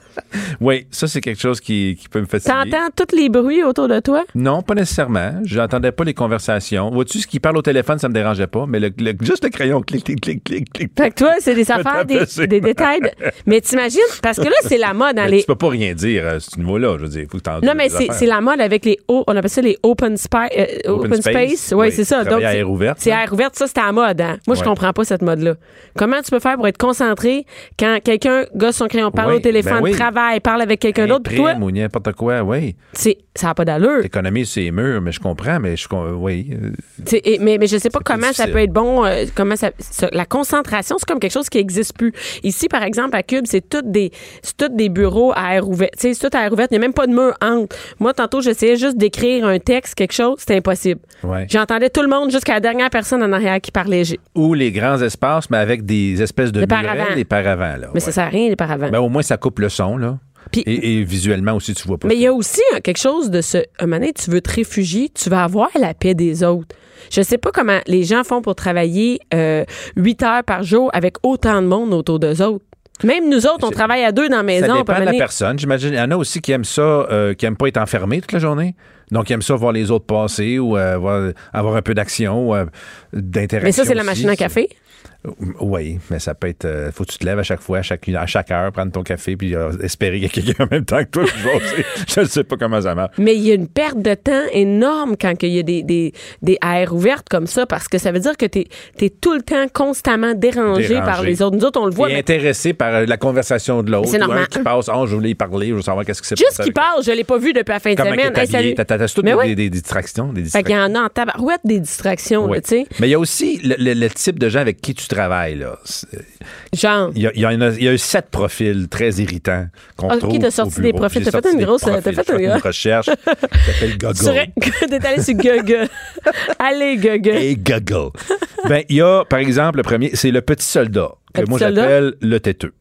Oui, ça, c'est quelque chose qui, qui peut me fatiguer. T'entends tous les bruits autour de toi? Non, pas nécessairement. J'entendais pas les conversations. Vois-tu, ce qui parle au téléphone, ça me dérangeait pas, mais le, le- juste le crayon, clic, clic, clic, clic, clic. Fait que toi, c'est des affaires, des, tapais sur- des détails. de- Mais t'imagines, parce que là, c'est la mode dans Mais les. Tu peux pas rien dire à ce niveau-là, je veux dire. Faut que t'en Non, dises mais des c'est affaires. c'est la mode avec les hauts. On appelle ça les open, spi- euh, Open open, space, space. Oui, oui. c'est ça. Travailler à c'est- air ouverte, C'est hein. air ouverte, ça, c'est à la mode. hein. Moi, je Ouais. comprends pas cette mode-là. Comment tu peux faire pour être concentré quand quelqu'un gosse son crayon, parle Oui, au téléphone, ben oui. travaille, parle avec quelqu'un d'autre? puis Toi, Imprime ou n'importe quoi, oui. c'est- ça n'a pas d'allure. L'économie, c'est les murs, mais je comprends, mais je. com- Oui. euh, Tu sais, et- mais, mais je sais pas comment ça difficile. peut être bon. euh, comment ça, ça- la concentration, c'est comme quelque chose qui existe plus. Ici, par exemple, à Cube, c'est toutes des, c'est toutes des bureaux à air ouverte. Tu sais, C'est tout à air ouverte. Il n'y a même pas de mur entre. Moi, tantôt, j'essayais juste d'écrire un texte, quelque chose. C'était impossible. Ouais. J'entendais tout le monde jusqu'à la dernière personne en arrière qui parlait. J'ai- Ou les grands espaces, mais avec des espèces de Des murets, paravents. des paravents, là. Mais ouais. ça sert à rien, les paravents. Ben, au moins, ça coupe le son, là. Puis- et, et visuellement aussi, tu vois pas. Mais il y a aussi hein, quelque chose de ce. Un moment donné, tu veux te réfugier, tu vas avoir la paix des autres. Je sais pas comment les gens font pour travailler euh, 8 heures par jour avec autant de monde autour d'eux autres. Même nous autres, on travaille à deux dans la ça maison. on peut dépend de la mener- personne. J'imagine, il y en a aussi qui aiment ça, euh, qui aiment pas être enfermé toute la journée. Donc, qui aiment ça voir les autres passer ou euh, voir- avoir un peu d'action ou euh, d'interaction. Mais ça, c'est la aussi. machine à café. Oui, mais ça peut être. euh, faut que tu te lèves à chaque fois, à chaque, à chaque heure, prendre ton café, puis euh, espérer qu'il y a quelqu'un en même temps que toi. puis jaser. je ne sais pas comment ça marche. Mais il y a une perte de temps énorme quand il y a des, des, des aires ouvertes comme ça, parce que ça veut dire que tu es, tout le temps constamment dérangé, Dérangé. par les autres. Nous autres, on le voit. et mais intéressé par euh, la conversation de l'autre. C'est ou normal. un qui passe, oh, je voulais y parler, je veux savoir qu'est-ce qui s'est passé. juste qui avec- parle, je l'ai pas vu depuis la fin de Comment il semaine. est Hey, salut. habillé. T'as- t'as- t'as toutes Mais des, ouais. des- des distractions. Des Fait qu'il y distractions. en a en tabarouette des distractions, là, Ouais. tu sais. Mais il y a aussi le, le- le type de gens avec qui qui tu travailles, là. C'est- Genre. Il y, a, il y en a- il y a eu sept profils très irritants qu'on Ok, trouve t'as au sorti bureau. des profils. T'as J'ai fait sorti une des grosse- euh, t'as profils. fait J'ai une une grosse- recherche. Ça s'appelle Gogol. Sur... D'être allé sur Google. Allez, Google. et goggle. ben, il y a, par exemple, le premier, c'est le petit soldat, que Le petit moi soldat? j'appelle le têteux.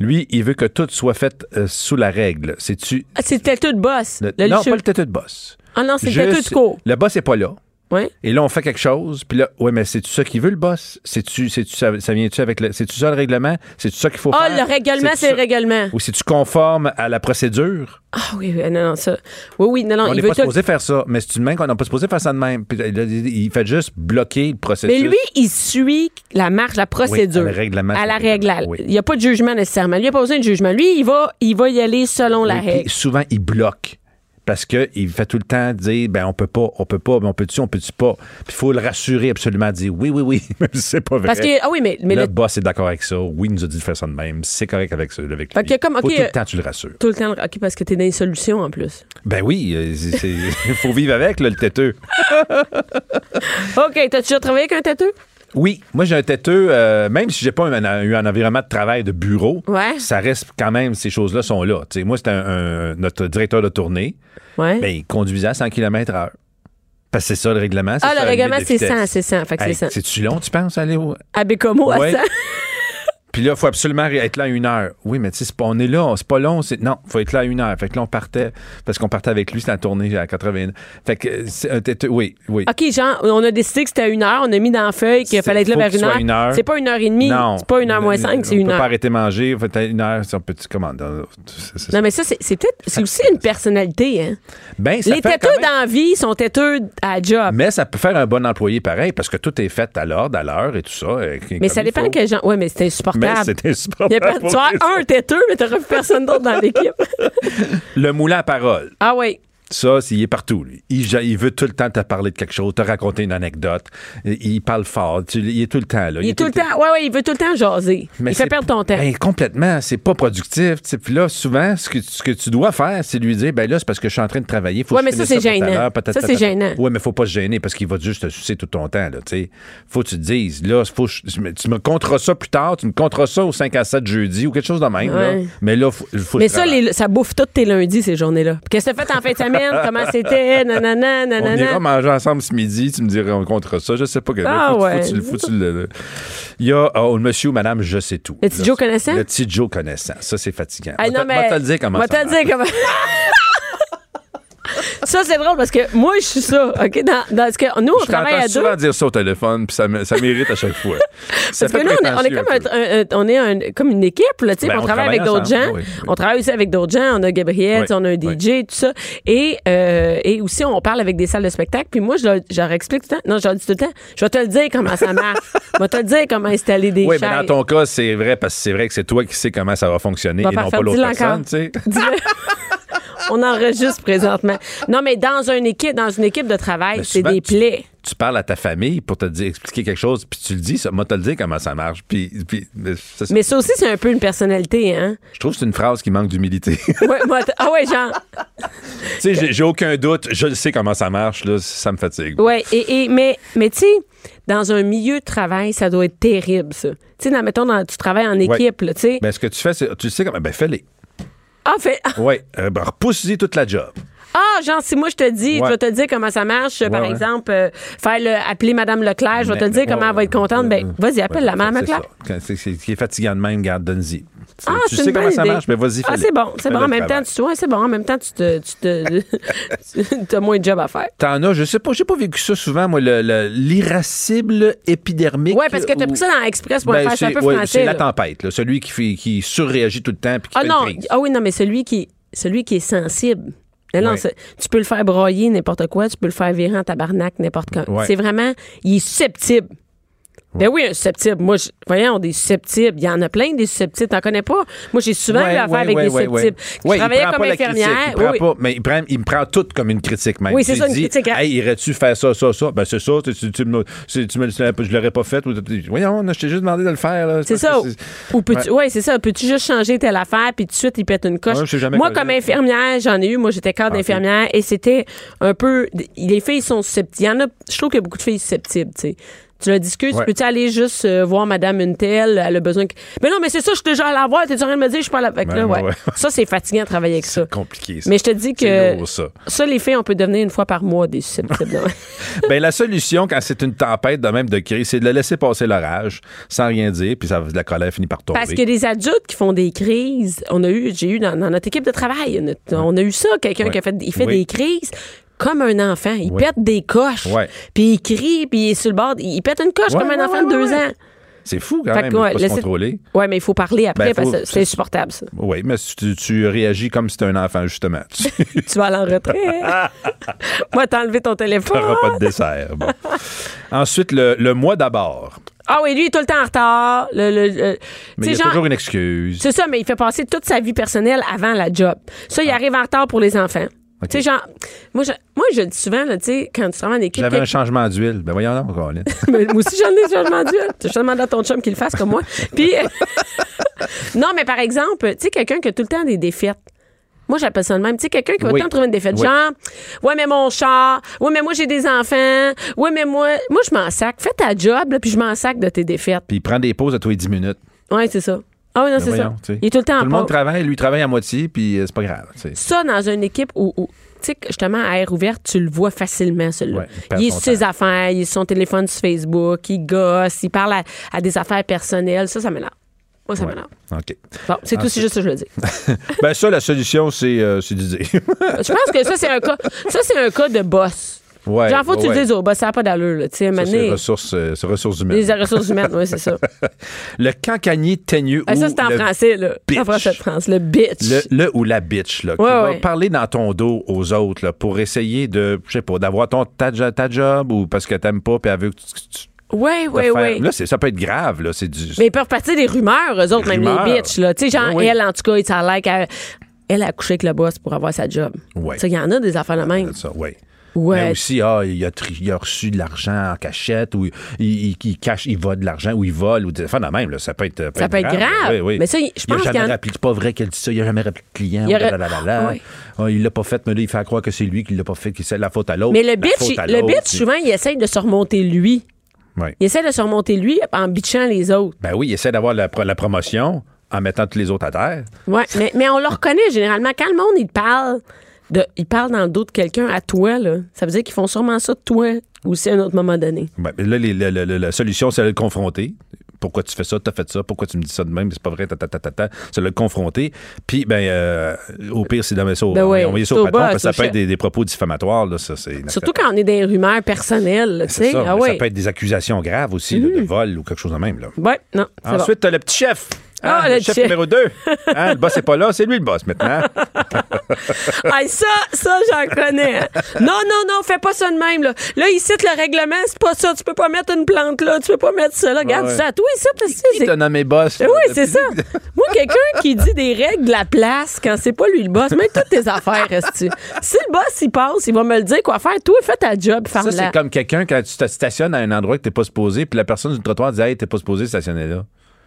Lui, il veut que tout soit fait euh, sous la règle. C'est-tu. Ah, c'est le têteux de boss. le- Le non, licheux. pas le têteux de boss. Ah non, c'est le Juste- têteux de cours. Le boss n'est pas là. Ouais. Et là, on fait quelque chose, puis là, ouais, mais c'est-tu ça qu'il veut, le boss? C'est-tu, c'est-tu, ça, ça vient-tu avec le. C'est-tu ça le règlement? C'est-tu ça qu'il faut Ah, faire? le règlement, C'est-tu c'est le ça- règlement. Ou c'est-tu conforme à la procédure? Ah oui, oui, non, non, ça. Oui, oui, non, non, on Ah, il n'est veut pas tout. supposé faire ça, mais c'est une main qu'on n'a pas supposé faire ça de même. Puis là, il fait juste bloquer le Mais processus. lui, il suit la marche, la procédure. Oui, à la règlement, À la c'est le règle. règlement, à- oui. Il n'y a pas de jugement nécessairement. Lui, il n'y a pas besoin de jugement. Lui, il va, il va y aller selon la Oui, puis règle. souvent, il bloque. Parce qu'il fait tout le temps dire, ben, on peut pas, on peut pas, mais on peut-tu, on peut-tu pas. Puis il faut le rassurer absolument, dire oui, oui, oui, même si c'est pas vrai. Parce que, ah oui, mais, mais le, le- boss est d'accord avec ça. Oui, il nous a dit de faire ça de même. C'est correct avec ça, avec Fait lui. que comme, Faut ok, tout euh, le temps, tu le rassures. tout le temps, le- OK, parce que t'es dans les solutions en plus. Ben oui, euh, c'est- c'est- il faut vivre avec, là, le têteux. OK, t'as-tu déjà travaillé avec un têteux? Oui, moi, j'ai un têteux, euh, même si j'ai pas eu un, eu un environnement de travail de bureau, Ouais. ça reste quand même, ces choses-là sont là. Tu sais, moi, c'était un- un- notre directeur de tournée. Ouais. Ben, il conduisait à 100 km h Parce que c'est ça le règlement. c'est ah, ça, le la règlement, limite de c'est vitesse. 100, c'est 100. Fait que Hey, c'est 100. C'est-tu long, tu penses, aller au... À Bécomo, à Ouais. 100. Puis là, il faut absolument être là à une heure. Oui, mais tu sais, c'est pas- on est là, c'est pas long. c'est- Non, faut être là à une heure. Fait que là, on partait, parce qu'on partait avec lui, c'est la tournée à 80. Fait que euh, c'est un têteux- Oui, oui. OK, genre, on a décidé que c'était à une heure, on a mis dans la feuille qu'il C'est- fallait être là faut vers qu'il une soit heure. une heure. C'est pas une heure et demie, Non. c'est pas une heure moins cinq, c'est une On peut pas heure. arrêter de manger, faut être à une heure, c'est un petit commandant. Non, mais ça, c'est c'est peut-être. C'est aussi une personnalité, hein. Ben, ça Les fait quand têteux même- dans la vie sont têteux à job. Mais ça peut faire un bon employé pareil, parce que tout est fait à l'ordre, à l'heure et tout ça. et- Mais comme ça il dépend faut. que gens. Ouais, mais c'est Mais insupportable. c'était super. Il y a pas- tu vas avoir un têteux, mais t'auras plus personne d'autre dans l'équipe. Le moulin à parole. Ah oui. Ça, c'est- il est partout. lui. Il, ja- il veut tout le temps te parler de quelque chose, te raconter une anecdote. Il il parle fort. Tu- il est tout le temps là. Il est tout le temps. Ouais, ouais, il veut tout le temps jaser. Mais il fait c'est- perdre ton temps. Ben, complètement. C'est pas productif. tu sais. Puis là, souvent, ce que, tu- ce que tu dois faire, c'est lui dire ben là, c'est parce que je suis en train de travailler. Faut Ouais, que mais je ça, finisse c'est pour tout à gênant. l'heure, patata, Ça, c'est patata. gênant. Ouais, mais faut pas se gêner parce qu'il va juste te sucer tout ton temps. Là, tu sais. faut que tu te dises là, faut, que je- mais tu me compteras ça plus tard. Tu me compteras ça au 5 à 7 jeudi ou quelque chose de même. là. Ouais. Mais là, faut, faut que mais je ça, travaille. les- ça bouffe tous tes lundis, ces journées-là. Qu'est-ce que t'as fait en fin de semaine? Comment c'était? Nanana, On ira nanana. manger ensemble ce midi, tu me diras on comptera ça, je sais pas que Ah faut- faut- ouais. faut- faut- faut- le- Il y a oh, le monsieur ou madame je sais tout. Le petit Là, Joe c'est- connaissant? Le petit Joe connaissant, ça c'est fatigant. Ah, Va te- va te le dire comment va ça te le marche. dire comment. ça, c'est drôle parce que moi, je suis ça. OK? Dans, dans ce que nous, on Je travaille t'entends à deux. souvent dire ça au téléphone, puis ça, me- ça m'irrite à chaque fois. Ça Parce fait que là, on est, on est prétentieux comme, un un, peu. un- un- on est un- comme une équipe, là, tu sais, Ben, puis on, on travaille travaille avec d'autres gens. ensemble, oui, oui. On travaille aussi avec d'autres gens. On a Gabriel, Oui, tu sais, on a un oui. DJ, tout ça. Et, euh, et aussi, on parle avec des salles de spectacle. Puis moi, je leur, je leur explique tout le temps. Non, je leur dis tout le temps, je vais te le dire comment ça marche. je vais te le dire comment installer des Oui, mais chaises. dans ton cas, c'est vrai parce que c'est vrai que c'est toi qui sais comment ça va fonctionner Va et faire non faire pas l'autre dis-le encore. personne, tu sais. Dis-le. on enregistre présentement. Non, mais dans une équipe, dans une équipe de travail, Mais c'est souvent, des tu- plaies. Tu parles à ta famille pour te dire, expliquer quelque chose, puis tu le dis, ça, moi, te le dire comment ça marche. Puis, puis- mais ça, c'est- Mais ça aussi, c'est un peu une personnalité, hein? je trouve que c'est une phrase qui manque d'humilité. Ouais, moi, t- ah ouais, genre. Tu sais, j'ai- j'ai aucun doute, je le sais comment ça marche, là, ça me fatigue. Oui, et, et- mais, mais tu sais, dans un milieu de travail, ça doit être terrible, ça. Tu sais, dans- mettons, dans- tu travailles en équipe, là, tu sais. Mais ce que tu fais, c'est, tu sais comment, ben fais-les. Ah, fait, Oui, ben, repousse-y toute la job. ah, genre, si moi je te dis, Ouais. je vais te dire comment ça marche, par ouais. exemple, euh, faire le, appeler Madame Leclerc, Ah, je vais te Mais- dire mais- euh, comment elle va être contente, ben, vas-y, appelle la Ouais, Madame c'est Leclerc. ça. Quand c'est- c'est- qui est fatigant de même, garde, donne-y. Tu- Ah, tu c'est sais une bonne comment ça idée. marche, mais vas-y, Ah, fais-le. c'est bon, c'est Fais bon. le En même temps, travail. tu ouais, c'est bon. En même temps, tu te, tu te, t'as moins de job à faire. T'en as, je sais pas, j'ai pas vécu ça souvent, moi, le- le- l'irascible épidermique. Ouais, parce que t'as ou- pris ça dans Express pour Ben, faire, c'est un peu ouais, français. c'est la là. tempête, là, celui qui, fait- qui surréagit tout le temps. Puis qui Ah fait non, une crise. ah oui, non, mais celui qui, celui qui est sensible. Non, non, Ouais. c'est- tu peux le faire broyer n'importe quoi, tu peux le faire virer en tabarnak n'importe quand. Ouais. C'est vraiment, il est susceptible. Ben oui, un susceptible. Moi, je, voyons, des susceptibles. Il y en a plein des susceptibles. T'en connais pas? Moi, j'ai souvent eu Ouais, affaire ouais, avec ouais, des ouais, susceptibles. ouais. Ouais, je il travaillais prend comme pas la critique, infirmière. Il, prend oui, pas, mais il, prend, il me prend tout comme une critique même. Oui, c'est ça, une dit, critique, hein. Hey, irais-tu faire ça, ça, ça? Ben, c'est ça. Tu, tu, tu me, c'est- tu me- je l'aurais pas fait. ou tu- Voyons, je t'ai juste demandé de le faire. là. C'est ça. Parce que Ou peux-tu, ouais, c'est ça. Peux-tu juste changer telle affaire puis tout de suite il pète une coche. Ouais, je sais jamais moi, quoi comme dire. infirmière, j'en ai eu. Moi, j'étais cadre Ah, ok. d'infirmière et c'était un peu. Les filles sont susceptibles. Il y en a. Je trouve qu'il y a beaucoup de filles susceptibles. Tu sais, Tu la discutes. Ouais. Peux-tu aller juste euh, voir Madame une telle? Elle a besoin que. Mais non, mais c'est ça, je suis déjà allée la voir. T'es en train de me dire, je suis pas à la. Fait que Ben, là, ben, ouais. ouais. Ça, c'est fatigant de travailler avec ça. C'est compliqué, ça. Mais je te dis que. C'est lourd, ça. Ça, les filles, on peut devenir une fois par mois des susceptibles. Ben, la solution, quand c'est une tempête de même de cri, c'est de le laisser passer l'orage sans rien dire, puis ça, la colère finit par tomber. Parce que des adultes qui font des crises, on a eu, j'ai eu dans, dans notre équipe de travail, notre- on a eu ça, quelqu'un Ouais. qui a fait, il fait Oui. des crises comme un enfant. Il Ouais. pète des coches, Ouais. puis il crie, puis il est sur le bord, il pète une coche Ouais, comme un ouais, enfant ouais, de deux ouais. ans. C'est fou quand Fait même, que, de ouais, pas se laissez- contrôler. Ouais, mais il faut parler après Ben, faut- parce que c'est c'est- insupportable ça. Oui, mais tu, tu réagis comme si tu un enfant, justement. Tu tu vas aller en retrait. Moi, t'as enlevé ton téléphone. n'auras pas de dessert. Bon. Ensuite, le, le moi d'abord. Ah oui, lui, il est tout le temps en retard. Le, le- le- tu Mais il y sais, a genre- toujours une excuse. C'est ça, mais il fait passer toute sa vie personnelle avant la job. Ça, il arrive en retard pour les enfants. Ah. Ok. Tu sais, genre, moi je, moi, je le dis souvent, là, tu sais, quand tu travailles en équipe. J'avais un quelqu'un- changement d'huile. Ben voyons donc, Colin. Mais moi aussi, j'en ai sur le mendiant. Je te demande à ton chum qu'il le fasse comme moi. Puis, non, mais par exemple, tu sais, quelqu'un qui a tout le temps des défaites. Moi, j'appelle ça le même. Tu sais, quelqu'un qui va Oui. tout le temps trouver une défaite. Oui. Genre, ouais, mais mon char. Ouais, mais moi, j'ai des enfants. Ouais, mais moi, moi, je m'en sac. Fais ta job, là, puis je m'en sac de tes défaites. Puis il prend des pauses à tous les 10 minutes. Ouais, c'est ça. Ah oui, non, Ben c'est ça. voyons, tu sais. Il est tout le temps en Tout le monde pause. travaille, lui travaille à moitié, puis euh, c'est pas grave. tu sais. ça dans une équipe où, où, tu sais, que, justement, à air ouvert, tu le vois facilement, celui-là. Ouais, il perd il est son sur ses affaires, il est sur son téléphone sur Facebook, il gosse, il parle à, à des affaires personnelles. Ça, ça m'énerve. Moi, ça Ouais. Ah, m'énerve. OK. Bon, c'est tout, c'est juste ça que je le dis. Ben ça, la solution, c'est euh, c'est de dire. je pense que ça, c'est un cas, ça, c'est un cas de boss. Ouais, Genre, faut que tu ouais. le dises au boss, ça n'a pas d'allure, là. Tu sais, à un Ça, moment c'est donné, ressources, euh, c'est ressources humaines. les ressources humaines, oui, c'est ça. Le cancanier teigneux Ah, ou ça, c'est en le, français, là. En bitch. français de France, le bitch. le- le ou la bitch, là, qui Ouais, va ouais. parler dans ton dos aux autres là, pour essayer de, je sais pas, d'avoir ton ta, jo- ta job ou parce que t'aimes pas puis elle veut que tu- tu- tu Oui, te oui, fasses- oui. Là, c'est- ça peut être grave, là. C'est du. Mais ils peuvent partir des rumeurs, eux autres, Des même rumeurs. les bitches. Là. Tu sais, genre, Oui, oui. elle, en tout cas, il s'en like à- Elle a couché avec le boss pour avoir sa job. Oui. Ah, Tu sais, Il y en a des affaires de même. Ça, ouais. Ouais. Mais aussi, ah, il, a tri- il a reçu de l'argent en cachette ou il, il- il cache, il vole de l'argent ou il vole ou des affaires de même. Là, ça peut être, Ça peut être grave. Oui, oui. Mais ça, il- je pense il qu'il a y jamais en- rappelé. C'est pas vrai qu'elle dit ça. Il a jamais rappelé le client. Il y ou aurait- blablabla. Oui. Ah, il l'a pas fait, mais là, il fait croire que c'est lui qui l'a pas fait, que c'est la faute à l'autre. Mais le la bitch, faute il- à le l'autre, bitch, puis- souvent, il essaie de se remonter lui. Ouais. Il essaie de se remonter lui en bitchant les autres. Ben oui, il essaie d'avoir la, pro- la promotion en mettant tous les autres à terre. Ouais, mais, mais on le reconnaît généralement. Quand le monde, il te parle, de, il parle dans le dos de quelqu'un à toi, là, ça veut dire qu'ils font sûrement ça de toi aussi à un autre moment donné. Ouais, mais Ben, là, les- le- le- le- la solution, c'est de le confronter. Pourquoi tu fais ça? T'as fait ça? Pourquoi tu me dis ça de même? C'est pas vrai, ta, ta, ta, ta, ta. C'est de le confronter. Puis, ben, euh, au pire, c'est d'envoyer ça au, Ben ouais, envoyer ça c'est au au patron, boss, parce que ça au peut chef. être des, des propos diffamatoires. Là, ça, c'est Surtout quand on est dans les rumeurs personnelles, là, tu Ben, c'est sais. ça, Ah mais ouais. ça peut être des accusations graves aussi, là, de vol ou quelque chose de même. Là. Ouais, non. c'est bon. Ensuite, t'as le petit chef. Hein, Ah, le, le chef, chef. numéro 2. le boss n'est pas là, c'est lui le boss maintenant. Hey, ça, ça, j'en connais. hein. Non, non, non, fais pas ça de même. Là, là il cite le règlement, c'est pas ça. Tu peux pas mettre une plante là, tu peux pas mettre ça là. Regarde, ouais. ça, toi, ça, parce que Il t'a c'est- nommé boss. là, Oui, c'est depuis- ça. Moi, quelqu'un qui dit des règles de la place quand c'est pas lui le boss, même toutes tes affaires, restent Si le boss, il passe, il va me le dire quoi faire. Toi, fais ta job, Ça, ferme-la. c'est comme quelqu'un quand tu te stationnes à un endroit que t'es pas supposé, puis la personne du trottoir dit Hey, t'es pas supposé stationner là.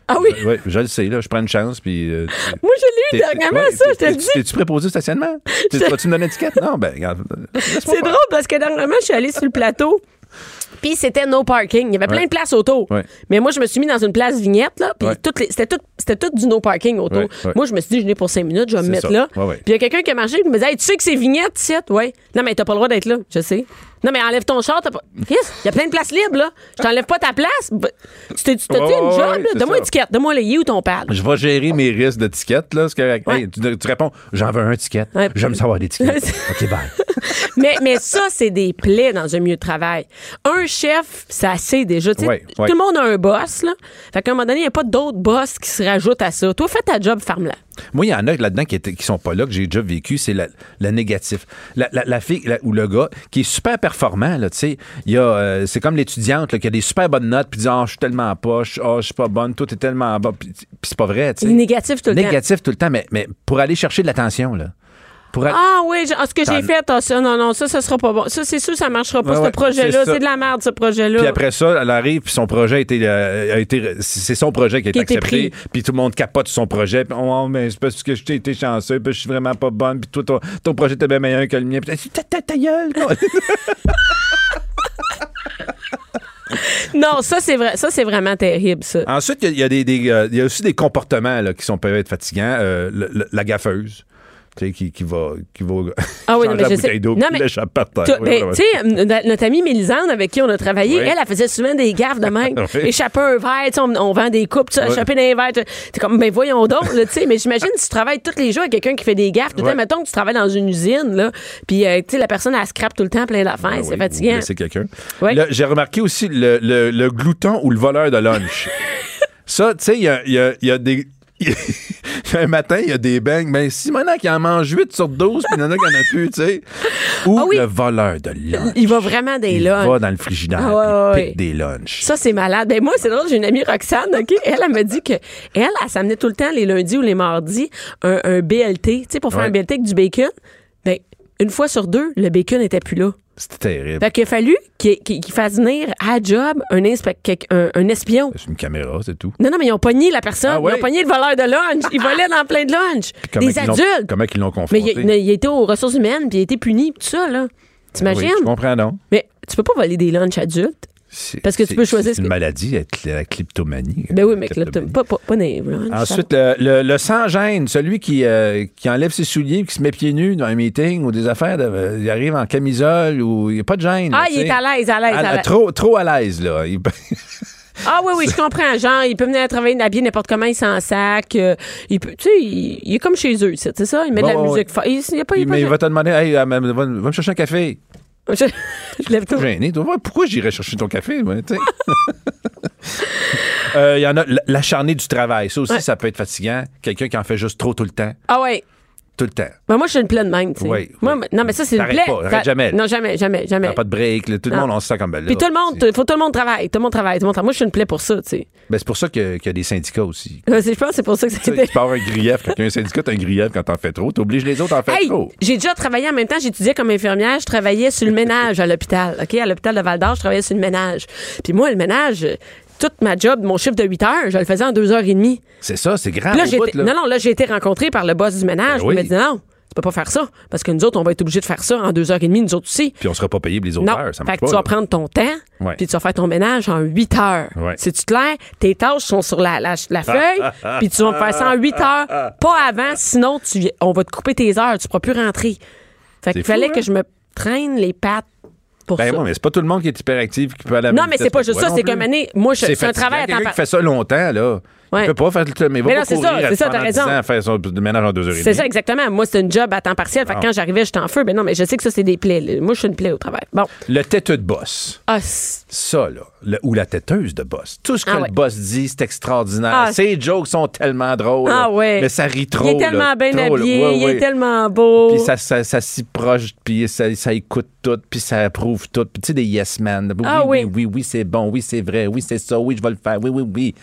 Ah oui, Oui, je le sais, là, je prends une chance, puis. euh, tu- moi, je l'ai eu T'es- dernièrement, ouais, ça, t'es- je te le t'es- dis. T'es-tu préposé au stationnement? T'es- Je- Vas-tu me donner une étiquette? Non, ben, regarde. C'est drôle parce que dernièrement, je suis allée sur le plateau. Puis c'était no parking. Il y avait plein Ouais. de places autour. Ouais. Mais moi, je me suis mis dans une place vignette, là. Puis Ouais. toutes les- c'était tout, c'était tout du no parking autour. Ouais, ouais. Moi, je me suis dit, je n'ai pour cinq minutes, je vais me C'est mettre ça. là. Ouais, ouais. Puis il y a quelqu'un qui a marché qui me dit, hey, tu sais que c'est vignette, ici? Ouais. Non, mais t'as pas le droit d'être là. Je sais. Non, mais enlève ton char. t'as pas- Chris, Il y a plein de places libres, là. Je t'enlève pas ta place. Bah, Tu t'es- tu t'as-tu Ouais, une ouais, job, ouais, là? c'est Donne-moi ça. une étiquette. Donne-moi le you ou ton pad. Je vais gérer mes risques d'étiquette, là. c'est correct. Ouais. Hey, tu, tu réponds J'en veux un étiquette. Ouais. J'aime savoir l'étiquette. OK, bye. mais, mais ça, c'est des plaies dans un milieu de travail. Un chef, ça sait déjà. tu sais, Ouais, ouais. Tout le monde a un boss. Là. Fait qu'à un moment donné, il n'y a pas d'autres boss qui se rajoutent à ça. Toi, fais ta job, ferme-la. Moi, il y en a là-dedans qui, étaient- qui sont pas là, que j'ai déjà vécu, c'est la- le négatif. La, la- la fille la- ou le gars qui est super performant, là, tu sais, il y a, euh, c'est comme l'étudiante là, qui a des super bonnes notes, puis dit Ah, je suis tellement poche, ah, je suis pas bonne, tout est tellement bon, puis puis c'est pas vrai, tu sais. Il est négatif tout le temps. Négatif tout le temps, mais, mais pour aller chercher de l'attention, là. Pour aller- Ah oui, je- ah, ce que j'ai T'en- fait, ah, ça, non, non, ça, ça sera pas bon. Ça, c'est sûr, ça marchera pas, Ouais, ce ouais, projet-là. c'est ça. C'est de la merde, ce projet-là. Puis après ça, elle arrive, puis son projet a été. euh, a été- c'est son projet qui a été Qui a été accepté. pris. Puis tout le monde capote sur son projet. Puis, oh, mais c'est parce que j'ai été chanceux, puis je suis vraiment pas bonne, puis toi, ton, ton projet était bien meilleur que le mien. Puis, ta, ta, ta gueule, quoi. Non, ça, c'est vrai. Ça, c'est vraiment terrible, ça. Ensuite, il y a- il y, a des, des, euh, il y a aussi des comportements là, qui sont peuvent être fatigants. Euh, le- le- la gaffeuse. tu sais, Qui, qui va, qui va Ah oui, non, mais changer la je sais. bouteille d'eau, Non, qui mais- l'échappe par terre. T'as- Oui, ben, oui, oui. tu sais, euh, no- notre amie Mélisande, avec qui on a travaillé, Oui. elle, elle faisait souvent des gaffes de même. Oui. Échapper un verre, tu sais, on, on vend des coupes, tu sais, Oui. échapper d'un verre. tu sais. T'es comme, ben voyons donc, là, tu sais. Mais j'imagine, si tu travailles tous les jours avec quelqu'un qui fait des gaffes, tout le Oui. temps, mettons que tu travailles dans une usine, là, puis, euh, tu sais, la personne, elle scrape tout le temps plein d'affaires, Ah Ben c'est oui, vous fatigant. blessez quelqu'un. Oui. Le- J'ai remarqué aussi le, le- le glouton ou le voleur de lunch. ça, tu sais, il y a, il y a- il y a des. il y a un matin, il y a des bangs. Ben, si maintenant qu'il en mange 8 sur 12, puis il y en a qui en a plus, tu sais. Ou Ah oui. le voleur de lunch. Il va vraiment des Il lunchs. va dans le frigidaire, Ah ouais, puis il ouais. pique des lunchs. Ça, c'est malade. Ben, moi, c'est drôle, j'ai une amie Roxane, OK? Elle, elle me dit que elle, elle s'amenait tout le temps, les lundis ou les mardis, un, un BLT, tu sais, pour faire Ouais. un BLT avec du bacon. Ben, une fois sur deux, le bacon n'était plus là. C'était terrible. Fait qu'il a fallu qu'il qu'il- qu'il fasse venir à job un, inspec- quelque- un, un espion. C'est une caméra, c'est tout. Non, non, mais ils ont pogné la personne. Ah ouais? Ils ont pogné le voleur de lunch. Il volait dans plein de lunch. Comment Des qu'ils l'ont- adultes. Comment ils l'ont Mais confronté? il, a- il a été aux ressources humaines, puis il a été puni, puis tout ça, là. Oui, T'imagines? je comprends, non? mais tu peux pas voler des lunchs adultes. C'est- Parce que tu c'est- peux choisir C'est ce une que- maladie, être la kleptomanie. Ben oui, La mais que là, t'as- kleptomanie. pas, pas, pas des lunchs. hein. Ensuite, le, le, le sans-gêne, celui qui, euh, qui enlève ses souliers, qui se met pieds nus dans un meeting ou des affaires, de- euh, il arrive en camisole ou il n'y a pas de gêne. Ah, là, il tu est sais. à l'aise, à l'aise, À- à à- l'aise. Trop, trop à l'aise, là. Il- Ah oui, oui, je comprends. Genre, il peut venir travailler habillé n'importe comment, il s'en sac. euh, il peut, tu sais, il, il est comme chez eux, c'est c'est ça? Il met de la Bon, ouais, musique. fa- Il, il y a pas, il y a pas- mais il va te demander, hey, euh, va, va me chercher un café. Je, je lève tout. Gêné. toi. Ouais, Pourquoi j'irais chercher ton café? moi, tu sais? Euh, Il y en a l- l'acharné du travail. Ça aussi, Ouais. ça peut être fatigant. Quelqu'un qui en fait juste trop tout le temps. Ah ouais. Tout le temps. Ben, moi, je suis une plaie de même, tu sais. Oui, Moi, oui. mais- Non, mais ça, c'est une T'arrêtes plaie. pas, arrête Ça- jamais. Non, jamais, jamais, Il n'y jamais. a pas de break. là. tout le Non. monde, on se sent comme ben, là, Puis tout le monde, c'est- faut tout le monde travaille. Tout le monde travaille. Tout le monde travaille. Moi, je suis une plaie pour ça, tu sais. Ben, c'est pour ça que- qu'il y a des syndicats aussi. Euh, c'est- Je pense que c'est pour ça que Tu sais, c'était. tu peux avoir un grief. Quand il y a un syndicat, t'as un grief quand t'en fais trop. T'obliges les autres à en faire Hey, trop. j'ai déjà travaillé en même temps, j'étudiais comme infirmière, je travaillais sur le ménage à l'hôpital. OK, à l'hôpital de Val d'Or, je travaillais sur le ménage. Puis moi, le ménage, euh, toute ma job, mon chiffre de 8 heures, je le faisais en 2 heures et demie. C'est ça, c'est grave. Puis là, Ah, au j'ai bout, été- là. non, non, là, j'ai été rencontré par le boss du ménage. Ben Il m'a oui. dit non, tu peux pas faire ça. Parce que nous autres, on va être obligés de faire ça en 2 heures et demie, nous autres aussi. Puis on sera pas payé pour les autres Non. heures. Ça fait marche que pas, tu vas là. prendre ton temps, Ouais. puis tu vas faire ton ménage en 8 heures. Ouais. C'est-tu clair? Tes tâches sont sur la, la- la feuille, puis tu vas me faire ça en 8 heures, pas avant, sinon tu, vi- on va te couper tes heures, tu pourras plus rentrer. Fait C'est qu'il fallait fou, hein? que je me traîne les pattes pour Ben ça. ouais, mais c'est pas tout le monde qui est hyperactif qui peut aller à la non, même mais c'est vitesse pas que juste toi ça, non c'est plus. qu'un année, moi, je C'est suis un fatigant. travail à temps Quelqu'un qui partiel. fait ça longtemps, là. Ouais. Il peut pas faire tout le mais il va Mais pas non, c'est courir ça, à- c'est ça, t'as pendant raison. 10 ans à faire son de ménage en deux heures et C'est demie. ça, exactement. Moi, c'est une job à temps partiel. Fait que quand j'arrivais, j'étais en feu. Ben non, mais je sais que ça, c'est des plaies. là. Moi, je suis une plaie au travail. Bon. Le têteux de boss. Ah, c'est- Ça, là. Le- ou la têteuse de boss. Tout ce que Ah ouais. le boss dit, c'est extraordinaire. Ah. Ses jokes sont tellement drôles. ah là. ouais. Mais ça rit trop. Il est tellement là. bien Trop, là. habillé, Ouais, il ouais. est tellement beau. Puis ça, ça, ça s'y proche, puis ça, ça écoute tout, puis ça approuve tout. Puis tu sais, des yes men. Oui, Ah oui, oui. oui, oui, oui, c'est bon, oui, c'est vrai, oui, c'est ça, oui, je vais le faire, oui, oui, oui.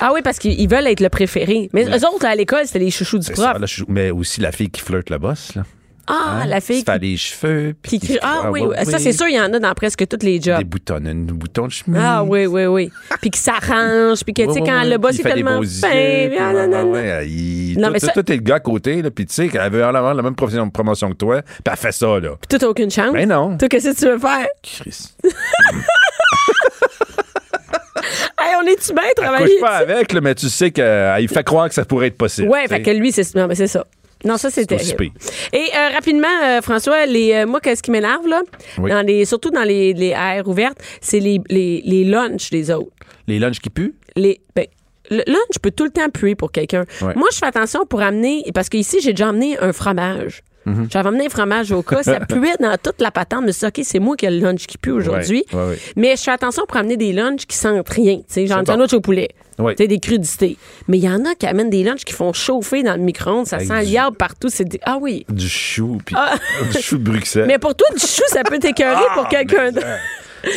Ah oui, parce qu'ils veulent être le préféré. Mais eux autres, là, à l'école, c'était les chouchous du C'est prof. ça, là, je- mais aussi la fille qui flirte le boss, là. ah, Hein? la Qui fille se fait les cheveux, qui, puis qui crie. Ah oui, oui. ça, c'est oui. sûr, il y en a dans presque tous les jobs. Des boutons, un bouton de chemise. Ah oui, oui, oui. Puis qui s'arrange, puis que, tu sais, Ouais, quand ouais, le ouais. boss Il est fait des tellement beaux fin. yeux, puis puis ah, ouais, non, non, non. ouais, ouais, il- Non, toi, mais toi, ça- toi, t'es le gars à côté, là, puis tu sais qu'elle veut avoir la même profession- promotion que toi, puis elle fait ça, là. Puis toi, t'as aucune chance. Ben non. Toi, qu'est-ce que tu veux faire? Chris. Hey, on est-tu bien Elle travaillé? Ah, couche pas avec, là, mais tu sais qu'elle fait croire que ça pourrait être possible. Ouais, tu sais. fait que lui, c'est non, mais c'est ça. Non, ça c'est C'est aussi terrible. Et euh, rapidement, euh, François, les euh, moi qu'est-ce qui m'énerve là, Oui. dans les surtout dans les, les aires ouvertes, c'est les, les les lunchs des autres. Les lunchs qui puent. les ben, le lunch peut tout le temps puer pour quelqu'un. Ouais. Moi, je fais attention pour amener parce qu'ici, j'ai déjà amené un fromage. Mm-hmm. J'avais amené un fromage au cas, ça puait dans toute la patente. Je me suis dit, OK, c'est moi qui ai le lunch qui pue aujourd'hui. Ouais, ouais, ouais. Mais je fais attention pour amener des lunchs qui sentent rien. Tu sais, genre C'est un bon. sandwich au poulet, Ouais. Tu sais, des crudités. Mais il y en a qui amènent des lunchs qui font chauffer dans le micro-ondes, ça Avec sent du- l'herbe partout. C'est des- Ah oui. du chou, puis du chou de Bruxelles, Ah. Mais pour toi, du chou, ça peut t'écœurer Ah, pour quelqu'un d'autre.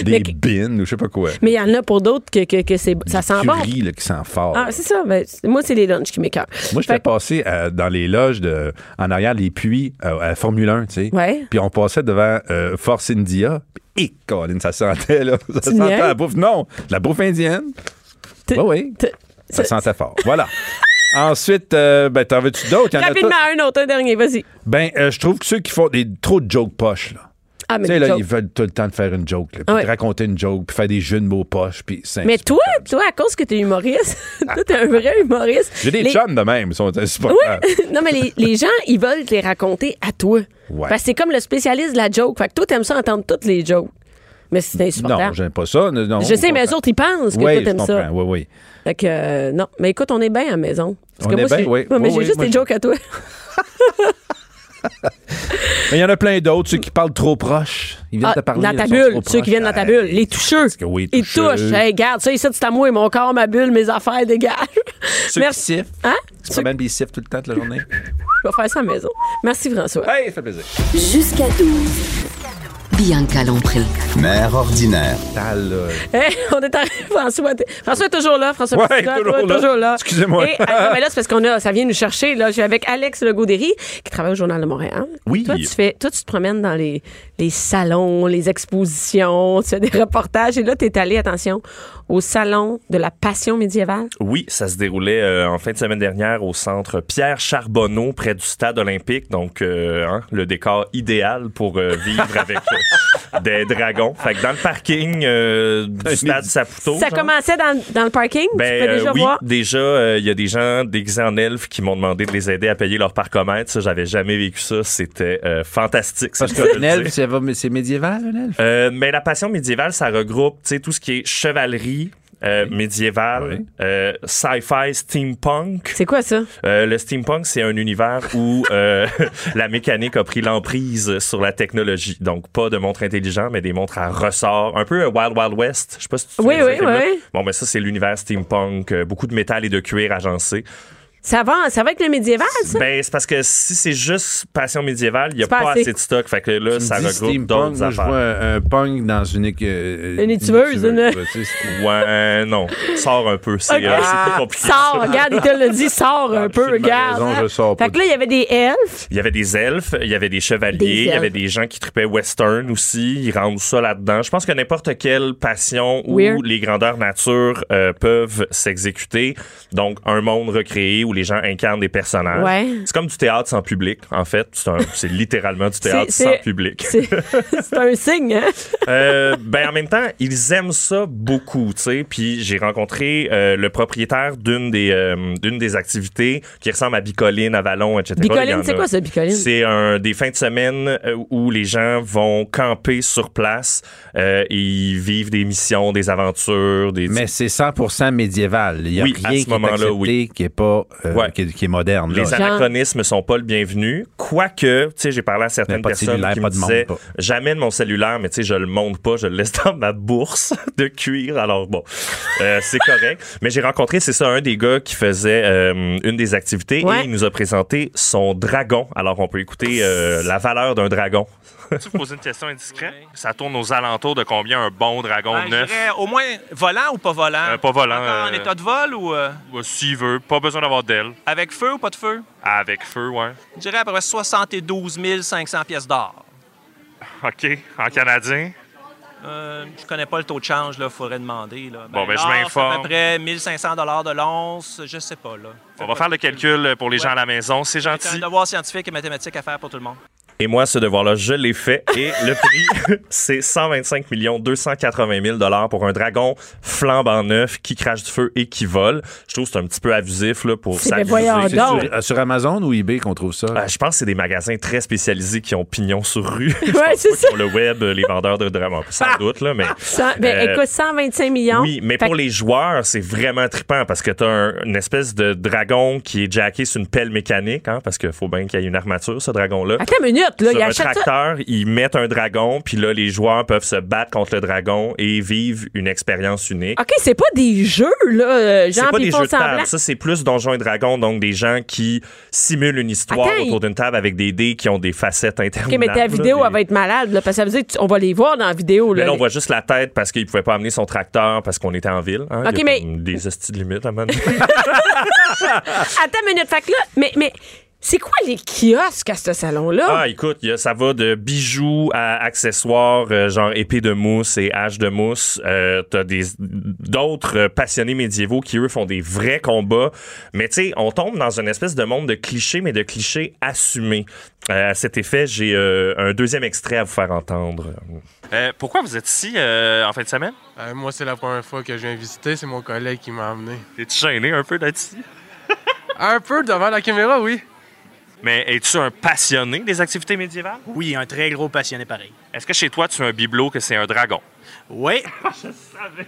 des mais- bines ou je sais pas quoi. Mais il y en a pour d'autres que, que, que c'est, ça sent du bon. curry, là, qui sent fort. Ah, c'est ça. Ben, c'est- moi, c'est les lunchs qui m'écœurent. Fait Moi, j'étais que- passé euh, dans les loges de, en arrière les puits euh, à Formule 1, tu sais. Ouais. Puis on passait devant euh, Force India. Et Colin, ça sentait, là. Ça niaises? sentait la bouffe. Non, la bouffe indienne. T'es- Oui, oui. t'es- Ça sentait fort. Voilà. Ensuite, euh, ben, t'en veux-tu d'autres? Il y en a Rapidement, tout- un autre, un dernier, vas-y. Ben, euh, je trouve que ceux qui font des trop de jokes poches, là. Ah, mais Tu des sais, là, jokes. ils veulent tout le temps te faire une joke, là, puis Ouais. te raconter une joke, puis faire des jeux de mots poches, puis c'est Mais insupportable. toi, toi, à cause que t'es humoriste, toi, t'es un vrai humoriste. J'ai des Les- chums Ah. de même, ils sont Ouais. insupportables. non, mais les, les gens, ils veulent te les raconter à toi. Ouais. Parce que c'est comme le spécialiste de la joke. Fait que toi, t'aimes ça entendre toutes les jokes. Mais c'est Non, insupportable. j'aime pas ça. non, je sais, au mais contraire. eux autres, ils pensent que Oui, toi, je t'aimes comprends. ça. Oui, oui. Fait que, euh, non. Mais écoute, on est bien à la maison. Parce On que est moi, bien, j'ai- oui. mais Oui, j'ai oui, juste moi, des je- jokes à toi. Mais il y en a plein d'autres, ceux qui parlent trop proche. Ils viennent Ah, te parler. dans ta ils sont bulle, ceux trop proches. qui viennent dans ta Ah, bulle, les toucheux. que oui, ils toucheux. touchent. Hey, regarde, ça, ici, c'est à moi, mon corps, ma bulle, mes affaires, dégage. Ceux Merci. qui sifflent. Hein? C'est pas même des siffles tout le temps, toute la journée. Je vais faire ça à la maison. Merci, François. hey, ça fait plaisir. Jusqu'à 12. Bianca Lompré. Mère ordinaire. T'as, là, Hey, on est arrivé, François. t'es- François est toujours là, François Ouais, Patricotte, toujours ouais, là. toujours là. Excusez-moi. Et, ah, non, mais là, c'est parce qu'on a, ça vient nous chercher. Là, je suis avec Alex Legaudéry, qui travaille au Journal de Montréal. Oui. Toi, tu fais, toi, tu te promènes dans les, les salons, les expositions, tu fais des reportages. Et là, tu es allé, attention, au salon de la passion médiévale. Oui, ça se déroulait euh, en fin de semaine dernière au centre Pierre Charbonneau, près du stade olympique. Donc, euh, hein, le décor idéal pour euh, vivre avec euh, des dragons. Fait que dans le parking euh, du stade Saputo. ça genre, commençait dans, dans le parking. tu ben, peux déjà euh, oui, voir. déjà, euh, il y a des gens déguisés en elfes qui m'ont demandé de les aider à payer leur parcomètre. Ça, j'avais jamais vécu ça. C'était euh, fantastique. c'est Parce le cas de qu'un le elfe, dire. c'est c'est médiéval, un elfe. Euh, mais la passion médiévale, ça regroupe tu sais, tout ce qui est chevalerie. euh, médiévale, Oui. euh, sci-fi, steampunk. C'est quoi ça? Euh, le steampunk, c'est un univers où euh, la mécanique a pris l'emprise sur la technologie. Donc, pas de montres intelligentes, mais des montres à ressort. Un peu euh, Wild Wild West. Je sais pas si tu te Oui, souviens de ce oui, film-là. oui. Bon, ben ça, c'est l'univers steampunk. euh, beaucoup de métal et de cuir agencé. Ça va, ça va avec le médiéval, ça? Ben, c'est parce que si c'est juste passion médiévale, il n'y a C'est pas pas, assez. assez de stock. Fait que là, ça Dis regroupe steampunk, d'autres moi, je vois affaires. un, un punk dans une... écu- euh, Une étuveuse, une- ouais, tu sais, c'est- Ouais, non. Sors un peu. C'est Ok. euh, c'est plus compliqué. Sors, regarde, il te le dit, sors un Ah, peu, j'ai de regarde. raison, hein. je Ah, sors pas. Fait que là, il y avait des elfes. Il y avait des elfes, il y avait des Des chevaliers, il y elfes. avait des gens qui tripaient western aussi. Ils rendent ça là-dedans. Je pense que n'importe quelle passion où Weird. les grandeurs nature euh, peuvent s'exécuter. Donc, un monde recréé où les gens incarnent des personnages. Ouais. C'est comme du théâtre sans public, en fait. C'est un- C'est littéralement du théâtre C'est- sans c'est- public. C'est c'est un signe, hein? Euh, ben en même temps, ils aiment ça beaucoup, tu sais. Puis j'ai rencontré euh, le propriétaire d'une des euh, d'une des activités qui ressemble à Bicoline, Avalon, etc. Il y en Bicoline, c'est a. quoi ça, Bicoline? C'est un des fins de semaine euh, où les gens vont camper sur place. euh, et ils vivent des missions, des aventures, des Mais c'est 100 médiéval. Il n'y a Oui, à rien ce qui est moment-là, accepté, oui. qui est pas... euh, Ouais. qui, est, qui est moderne. là. Les Genre- anachronismes sont pas le bienvenu. Quoique, tu sais, j'ai parlé à certaines Mais pas de personnes cellulaire, qui pas me de montre, disaient pas. j'amène mon cellulaire, mais tu sais, je le monte pas, je le laisse dans ma bourse de cuir. Alors bon, euh, c'est correct. Mais j'ai rencontré, c'est ça, un des gars qui faisait euh, une des activités Ouais. et il nous a présenté son dragon. Alors on peut écouter euh, la valeur d'un dragon. tu vous posez une question indiscrète Ça tourne aux alentours de combien un bon dragon Ben, je dirais au moins volant ou pas volant? Euh, pas volant, Encore en euh, état de vol ou euh, S'il veut, pas besoin d'avoir d'aile. avec feu ou pas de feu? Avec feu, ouais. Je dirais à peu près 72 500 pièces d'or. OK, en canadien. Euh, je connais pas le taux de change, là, faudrait demander. Là. Bon, ben, je l'or, c'est À m'informe. peu près 1500 dollars de l'once, je sais pas là. On va faire le calcul pour les gens à la maison. C'est C'est un gentil. devoir scientifique et mathématique à faire pour tout le monde. Et moi, ce devoir-là, je l'ai fait. Et le prix, c'est 125 280 000 dollars pour un dragon flambant neuf qui crache du feu et qui vole. Je trouve que c'est un petit peu abusif là, pour C'est- s'amuser. mais voyons Ah C'est donc. sur, sur Amazon ou eBay qu'on trouve ça? Euh, je pense que c'est des magasins très spécialisés qui ont pignon sur rue. Je Ouais, pense c'est pas ça. Ah! Sur le web, euh, les vendeurs de dragons. Sans doute, là, mais. Cent- ben, Euh, écoute, 125 millions. Oui, mais Fait pour que- les joueurs, c'est vraiment trippant parce que t'as un- une espèce de dragon qui est jacké sur une pelle mécanique, hein, parce qu'il faut bien qu'il y ait une armature, ce dragon-là. Attends une minute, là, il sur un achète ça. tracteur, ils mettent un dragon, puis là, les joueurs peuvent se battre contre le dragon et vivre une expérience unique. OK, c'est pas des jeux, là. euh, C'est Genre, pas puis des ils font jeux de semblant. table. Ça, c'est plus Donjons et Dragons, donc des gens qui simulent une histoire Attends, autour il- d'une table avec des dés qui ont des facettes OK, interminables. mais ta vidéo, là, elle va être malade, là, parce que ça veut dire qu'on va les voir dans la vidéo, Mais là. là, on voit juste la tête parce qu'il pouvait pas amener son tracteur parce qu'on était en ville. hein. Ok, Il y a mais- comme Des hosties de limites à un moment donné. Attends une minute, fait que là, mais, mais C'est quoi les kiosques à ce salon-là? Ah, écoute, y a- ça va de bijoux à accessoires, euh, genre épée de mousse et hache de mousse. Euh, T'as des d'autres euh, passionnés médiévaux qui, eux, font des vrais combats. Mais tu sais, on tombe dans une espèce de monde de clichés, mais de clichés assumés. Euh, à cet effet, j'ai euh, un deuxième extrait à vous faire entendre. pourquoi vous êtes ici euh, en fin de semaine? Euh, moi, c'est la première fois que je viens visiter. C'est mon collègue qui m'a amené. Es-tu gêné un peu d'être ici? Un peu devant la caméra, oui. Mais es-tu un passionné des activités médiévales? Oui, un très gros passionné pareil. Est-ce que chez toi, tu as un bibelot que c'est un dragon? Oui. Je savais.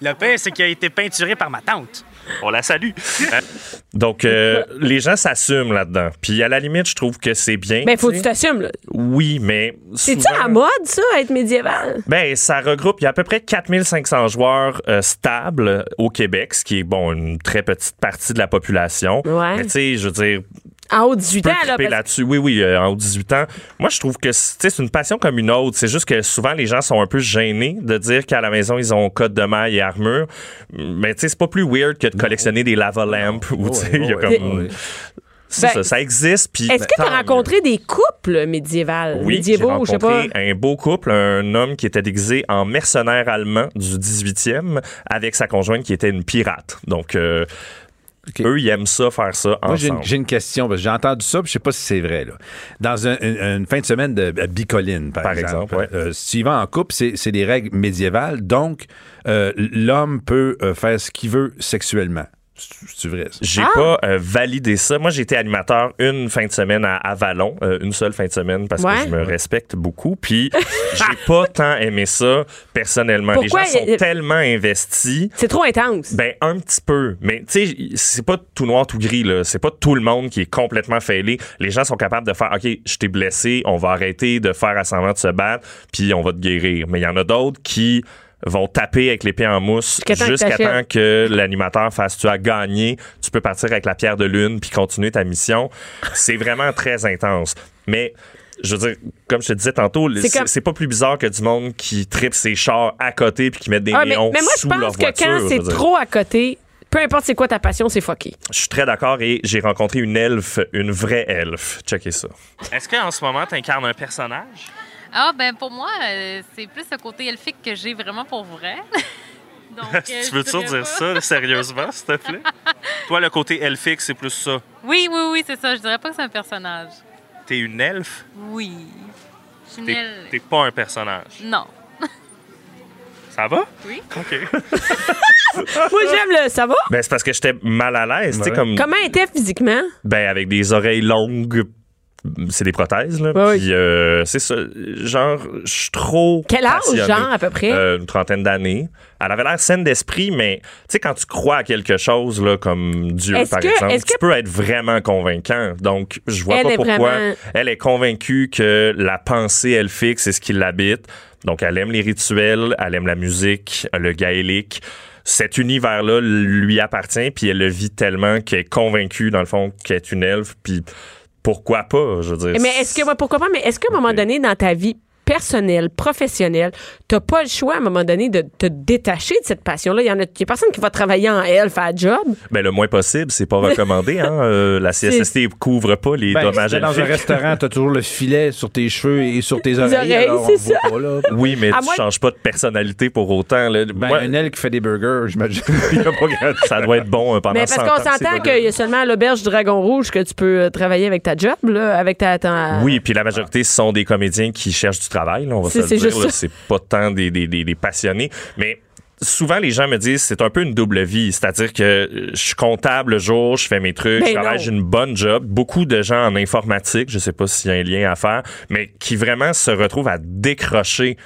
Le pire, c'est qu'il a été peinturé par ma tante. On la salue. Euh, Donc, euh, les gens s'assument là-dedans. Puis, à la limite, je trouve que c'est bien. Ben, faut que tu tu sais. t'assumes, là. Oui, mais. C'est-tu souvent- à la mode, ça, être médiéval? Ben, ça regroupe, il y a à peu près 4500 joueurs euh, stables au Québec, ce qui est, bon, une très petite partie de la population. Ouais. Mais tu sais, je veux dire, En haut de 18 ans, peut là. triper parce- là-dessus. Oui, oui, euh, en haut de 18 ans. Moi, je trouve que c'est tu sais, c'est une passion comme une autre. C'est juste que souvent, les gens sont un peu gênés de dire qu'à la maison, ils ont code de maille et armure. Mais tu sais, c'est pas plus weird que de collectionner des lava lamps ou tu sais, il y a ouais, comme. ouais. Ben, C'est Ben, ça, ça existe. puis- Est-ce que tu as tant mieux. rencontré des couples médiévals? Oui, j'ai médiévaux, je sais pas. rencontré un beau couple, un homme qui était déguisé en mercenaire allemand du 18e avec sa conjointe qui était une pirate. Donc, euh, Ok. eux, ils aiment ça, faire ça Moi, j'ai une, ensemble. j'ai une question, parce que j'ai entendu ça, puis je sais pas si c'est vrai. Là. Dans un- une, une fin de semaine de à bicoline, par, Par exemple, exemple, ouais. euh, si tu y vas en couple, c'est c'est des règles médiévales, donc euh, l'homme peut euh, faire ce qu'il veut sexuellement. C'est c'est vrai, ça? J'ai Ah! pas euh, validé ça. Moi, j'ai été animateur une fin de semaine à Avalon, euh, une seule fin de semaine parce Ouais. que je me respecte beaucoup. Puis, j'ai pas tant aimé ça personnellement. Pourquoi Les gens sont y- y- tellement investis. C'est trop intense. Ben, un petit peu. Mais, tu sais, c'est pas tout noir, tout gris, là. C'est pas tout le monde qui est complètement fêlé. Les gens sont capables de faire, OK, je t'ai blessé, on va arrêter de faire à semblant de se battre, puis on va te guérir. Mais il y en a d'autres qui vont taper avec l'épée en mousse Jusqu'à temps que jusqu'à t'achèves. temps que l'animateur fasse tu as gagné, tu peux partir avec la pierre de lune puis continuer ta mission. C'est vraiment très intense. Mais je veux dire, comme je te disais tantôt, le- C'est c'est comme- c'est pas plus bizarre que du monde qui tripe ses chars à côté puis qui met des Ah, mais, néons mais moi, je sous leur pense que voiture. quand je veux c'est dire. trop à côté, peu importe c'est quoi ta passion, c'est fucké. Je suis très d'accord et j'ai rencontré une elfe, une vraie elfe. Checkez ça. Est-ce qu'en ce moment, tu incarnes un personnage? Ah, ben pour moi, euh, c'est plus le côté elfique que j'ai vraiment pour vrai. Donc, euh, tu je veux toujours dirais dire pas- ça là, sérieusement, s'il te plaît? Toi, le côté elfique, c'est plus ça. Oui, oui, oui, c'est ça. Je dirais pas que c'est un personnage. T'es une elfe, Oui. Je suis une t'es elfe. t'es pas un personnage. Non. Ça va? Oui. OK. Moi, j'aime le. Ça va? Ben, c'est parce que j'étais mal à l'aise, tu sais, Ouais. comme. Comment était physiquement? Ben, avec des oreilles longues. C'est des prothèses, là. Ouais, Puis, euh, c'est ça. Genre, je suis trop. Quel âge, passionné. genre, à peu près? Euh, une trentaine d'années. Elle avait l'air saine d'esprit, mais, tu sais, quand tu crois à quelque chose, là, comme Dieu, Est-ce par que- exemple, est-ce tu que- peux être vraiment convaincant. Donc, je vois Elle pas est pourquoi. vraiment- Elle est convaincue que la pensée elfique, c'est ce qui l'habite. Donc, elle aime les rituels, elle aime la musique, le gaélique. Cet univers-là lui appartient, puis elle le vit tellement qu'elle est convaincue, dans le fond, qu'elle est une elfe, puis pourquoi pas, je veux dire. Eh, Mais est-ce que, ouais, pourquoi pas, mais est-ce qu'à un moment Ok. donné, dans ta vie personnelle, professionnelle, t'as pas le choix, à un moment donné, de te détacher de cette passion-là? Il y en a, il y a personne qui va travailler en elf à la job. Ben, le moins possible, c'est pas recommandé, hein. euh, la CSST couvre pas les Ben, dommages si t'es dans un elfiques. restaurant, t'as toujours le filet sur tes cheveux et sur tes oreilles. oreilles, alors on c'est voit ça. pas, là. Oui, mais À tu moins- changes pas de personnalité pour autant. là. Ben, Moi, un aile qui fait des burgers, j'imagine. Il y a pas grand- ça doit être bon euh, pendant Mais parce 100 qu'on ans, c'est s'entend pas- qu'il y a seulement à l'auberge du Dragon Rouge que tu peux euh, travailler avec ta job, là, avec ta. ta- Oui, puis la majorité ce sont des comédiens qui cherchent du travail, là, on va se Euh, C'est- le c'est dire. juste ça. là. C'est pas tant des, des, des, des passionnés, mais souvent les gens me disent c'est un peu une double vie, c'est-à-dire que euh, je suis comptable le jour, je fais mes trucs, Ben je travaille, non. j'ai une bonne job. Beaucoup de gens en informatique, je sais pas s'il y a un lien à faire, mais qui vraiment se retrouvent à décrocher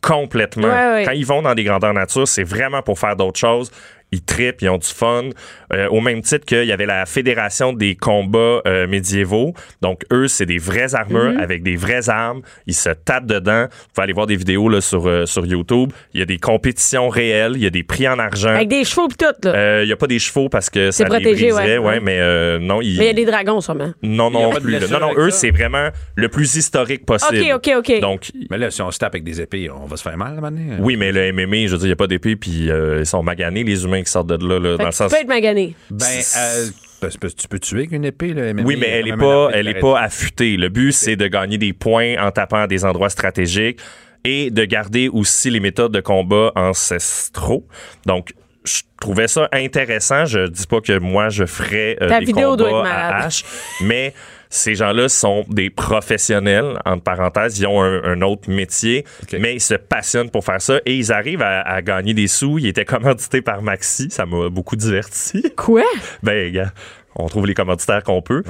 complètement. Ouais, ouais. Quand ils vont dans des grandeurs nature, c'est vraiment pour faire d'autres choses. Ils tripent, ils ont du fun. Euh, au même titre qu'il y avait la Fédération des combats euh, médiévaux. Donc, eux, c'est des vraies armures Mm-hmm. avec des vraies armes. Ils se tapent dedans. Vous pouvez aller voir des vidéos là, sur, euh, sur YouTube. Il y a des compétitions réelles. Il y a des prix en argent. Avec des chevaux pis tout, là. Euh, il n'y a pas des chevaux parce que ça protégé, les briserait. ouais. ouais, mais euh, non, ils... mais il y a des dragons, sûrement. Non, Il y a non, pas de plus, là. blessure non, non, avec eux, ça. c'est vraiment le plus historique possible. OK, OK, OK. Donc, Mais là, si on se tape avec des épées, on va se faire mal, à un moment donné. hein? oui, mais le MMA, je veux dire, il n'y a pas d'épée, puis euh, ils sont maganés, les humains qui sortent de là, Fait là, dans que le tu sens. peux être magané. Ben, euh, Parce que tu peux tuer avec une épée, là, MMA, Oui, mais elle est MMA, pas, arrête. elle est pas affûtée. Le but, c'est de gagner des points en tapant à des endroits stratégiques et de garder aussi les méthodes de combat ancestraux. Donc, je trouvais ça intéressant. Je dis pas que moi, je ferais euh, Ta des vidéo doit combats être à malade. hache, mais ces gens-là sont des professionnels, entre parenthèses. Ils ont un, un autre métier, mais ils se passionnent pour faire ça et ils arrivent à, à gagner des sous. Ils étaient commandités par Maxi. Ça m'a beaucoup diverti. Quoi? Ben, gars, on trouve les commanditaires qu'on peut.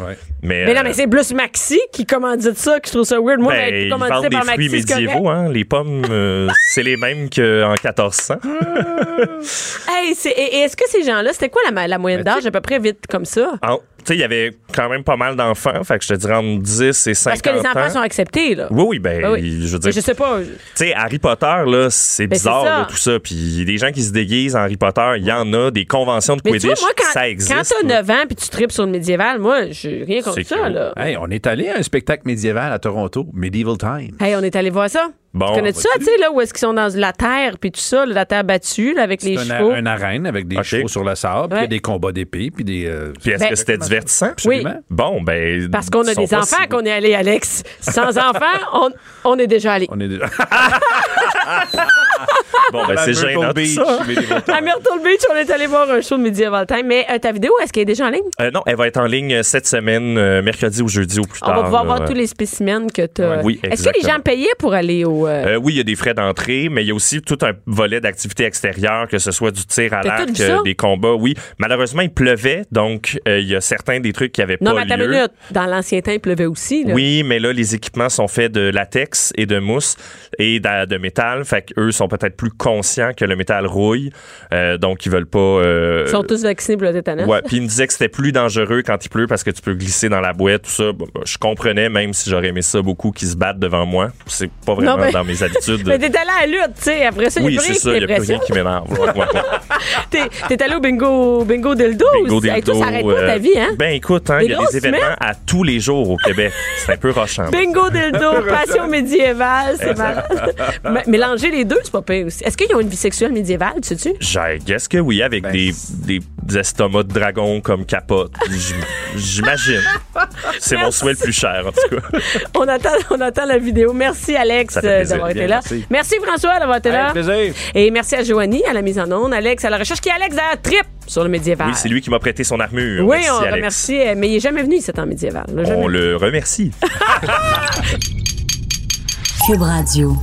Mais, Mais euh, non, mais c'est plus Maxi qui commandite ça que je trouve ça weird. Moi, ben, ben, ils commandité vendent des par fruits Maxi, c'est correct. médiévaux, hein. Les pommes, euh, c'est les mêmes qu'en 1400. Ah. hein. Hey, c'est- et, et est-ce que ces gens-là, c'était quoi la, ma- la Ben, moyenne d'âge à peu près vite comme ça? En- Tu sais, il y avait quand même pas mal d'enfants. Fait que je te dirais entre 10 et 50 Parce que les enfants ans. sont acceptés, là. Oui, oui, ben, Ah oui. je veux Mais dire. je sais pas. je- Tu sais, Harry Potter, là, c'est Ben, c'est bizarre, ça. là, tout ça. Puis il y a des gens qui se déguisent en Harry Potter, il y en a, des conventions de Mais tu vois, Quidditch, moi, quand, ça existe. quand t'as là. 9 ans puis tu tripes sur le médiéval, moi, j'ai rien contre C'est ça, cool. là. Hey, on est allé à un spectacle médiéval à Toronto, Medieval Time. Hey, on est allé voir ça. Bon, Oh, tu connais ben, ça, tu sais, là, où est-ce qu'ils sont dans la terre puis tout ça, là, la terre battue, là, avec les C'est chevaux? un- une arène avec des chevaux sur le sable, puis il y a des combats d'épées, puis des. euh, Puis est-ce Ben- que c'était divertissant? Absolument. Oui. Bon, ben. Parce qu'on a ils sont des pas enfants si- qu'on est allé, Alex. Sans enfants, on, on est déjà allé. On est déjà. Bon, ben, c'est Myrtle gênant, tout Beach, ça. À Myrtle Beach, on est allé voir un show de Medieval Time. Mais euh, ta vidéo, est-ce qu'elle est déjà en ligne? Euh, non, elle va être en ligne euh, cette semaine, euh, mercredi ou jeudi au plus Ah, On tard. va pouvoir là. voir tous les spécimens que tu euh, Ouais, oui, Est-ce que les exactement. gens payaient pour aller au. euh, Euh, oui, il y a des frais d'entrée, mais il y a aussi tout un volet d'activités extérieures, que ce soit du tir à T'as tout l'arc, vu ça? euh, des combats. Oui, malheureusement, il pleuvait, donc euh, il y a certains des trucs qui avaient Non, pas mais à ta lieu. minute, dans l'ancien temps, il pleuvait aussi. Là. Oui, mais là, les équipements sont faits de latex et de mousse et de, de métal. Fait qu'eux sont peut-être plus conscients que le métal rouille. Euh, donc, ils veulent pas. euh, Ils sont tous vaccinés pour le tétanos. Ouais, puis il me disait que c'était plus dangereux quand il pleut parce que tu peux glisser dans la boîte, tout ça. Bon, ben, je comprenais, même si j'aurais aimé ça beaucoup, qu'ils se battent devant moi. C'est pas vraiment Non, mais- dans mes habitudes. Mais t'es allé à la lutte, tu sais. Après ça, oui, il c'est y ça, a il n'y plus a plus rien rien qui m'énerve. Ouais, ouais, ouais. T'es t'es allé au bingo, bingo dildo. Bingo aussi. Hey, toi, dildo, ça arrête pas ta euh, vie, hein? Ben écoute, hein, Des il y a grosses des événements semaines. à tous les jours au Québec. C'est un peu rochant. Bingo dildo, passion médiévale, c'est malade. Mais- Mélanger les deux, c'est pas pire aussi. Est-ce qu'ils ont une vie sexuelle médiévale, tu sais-tu? Je guess que oui, avec des, des, des estomacs de dragon comme capote. J'im- J'imagine. C'est mon souhait le plus cher, en tout cas. On attend, on attend la vidéo. Merci, Alex, Ça fait plaisir. d'avoir été Bien, là. merci. François, d'avoir été là. Et merci à Joanie, à la mise en onde, Alex, à la recherche, qui est Alex d'ailleurs trip sur le médiéval. Oui, c'est lui qui m'a prêté son armure. Oui, Merci, on Alex. remercie, euh, mais il est jamais venu, cet temps médiéval. là, jamais. On le remercie. Cube Radio.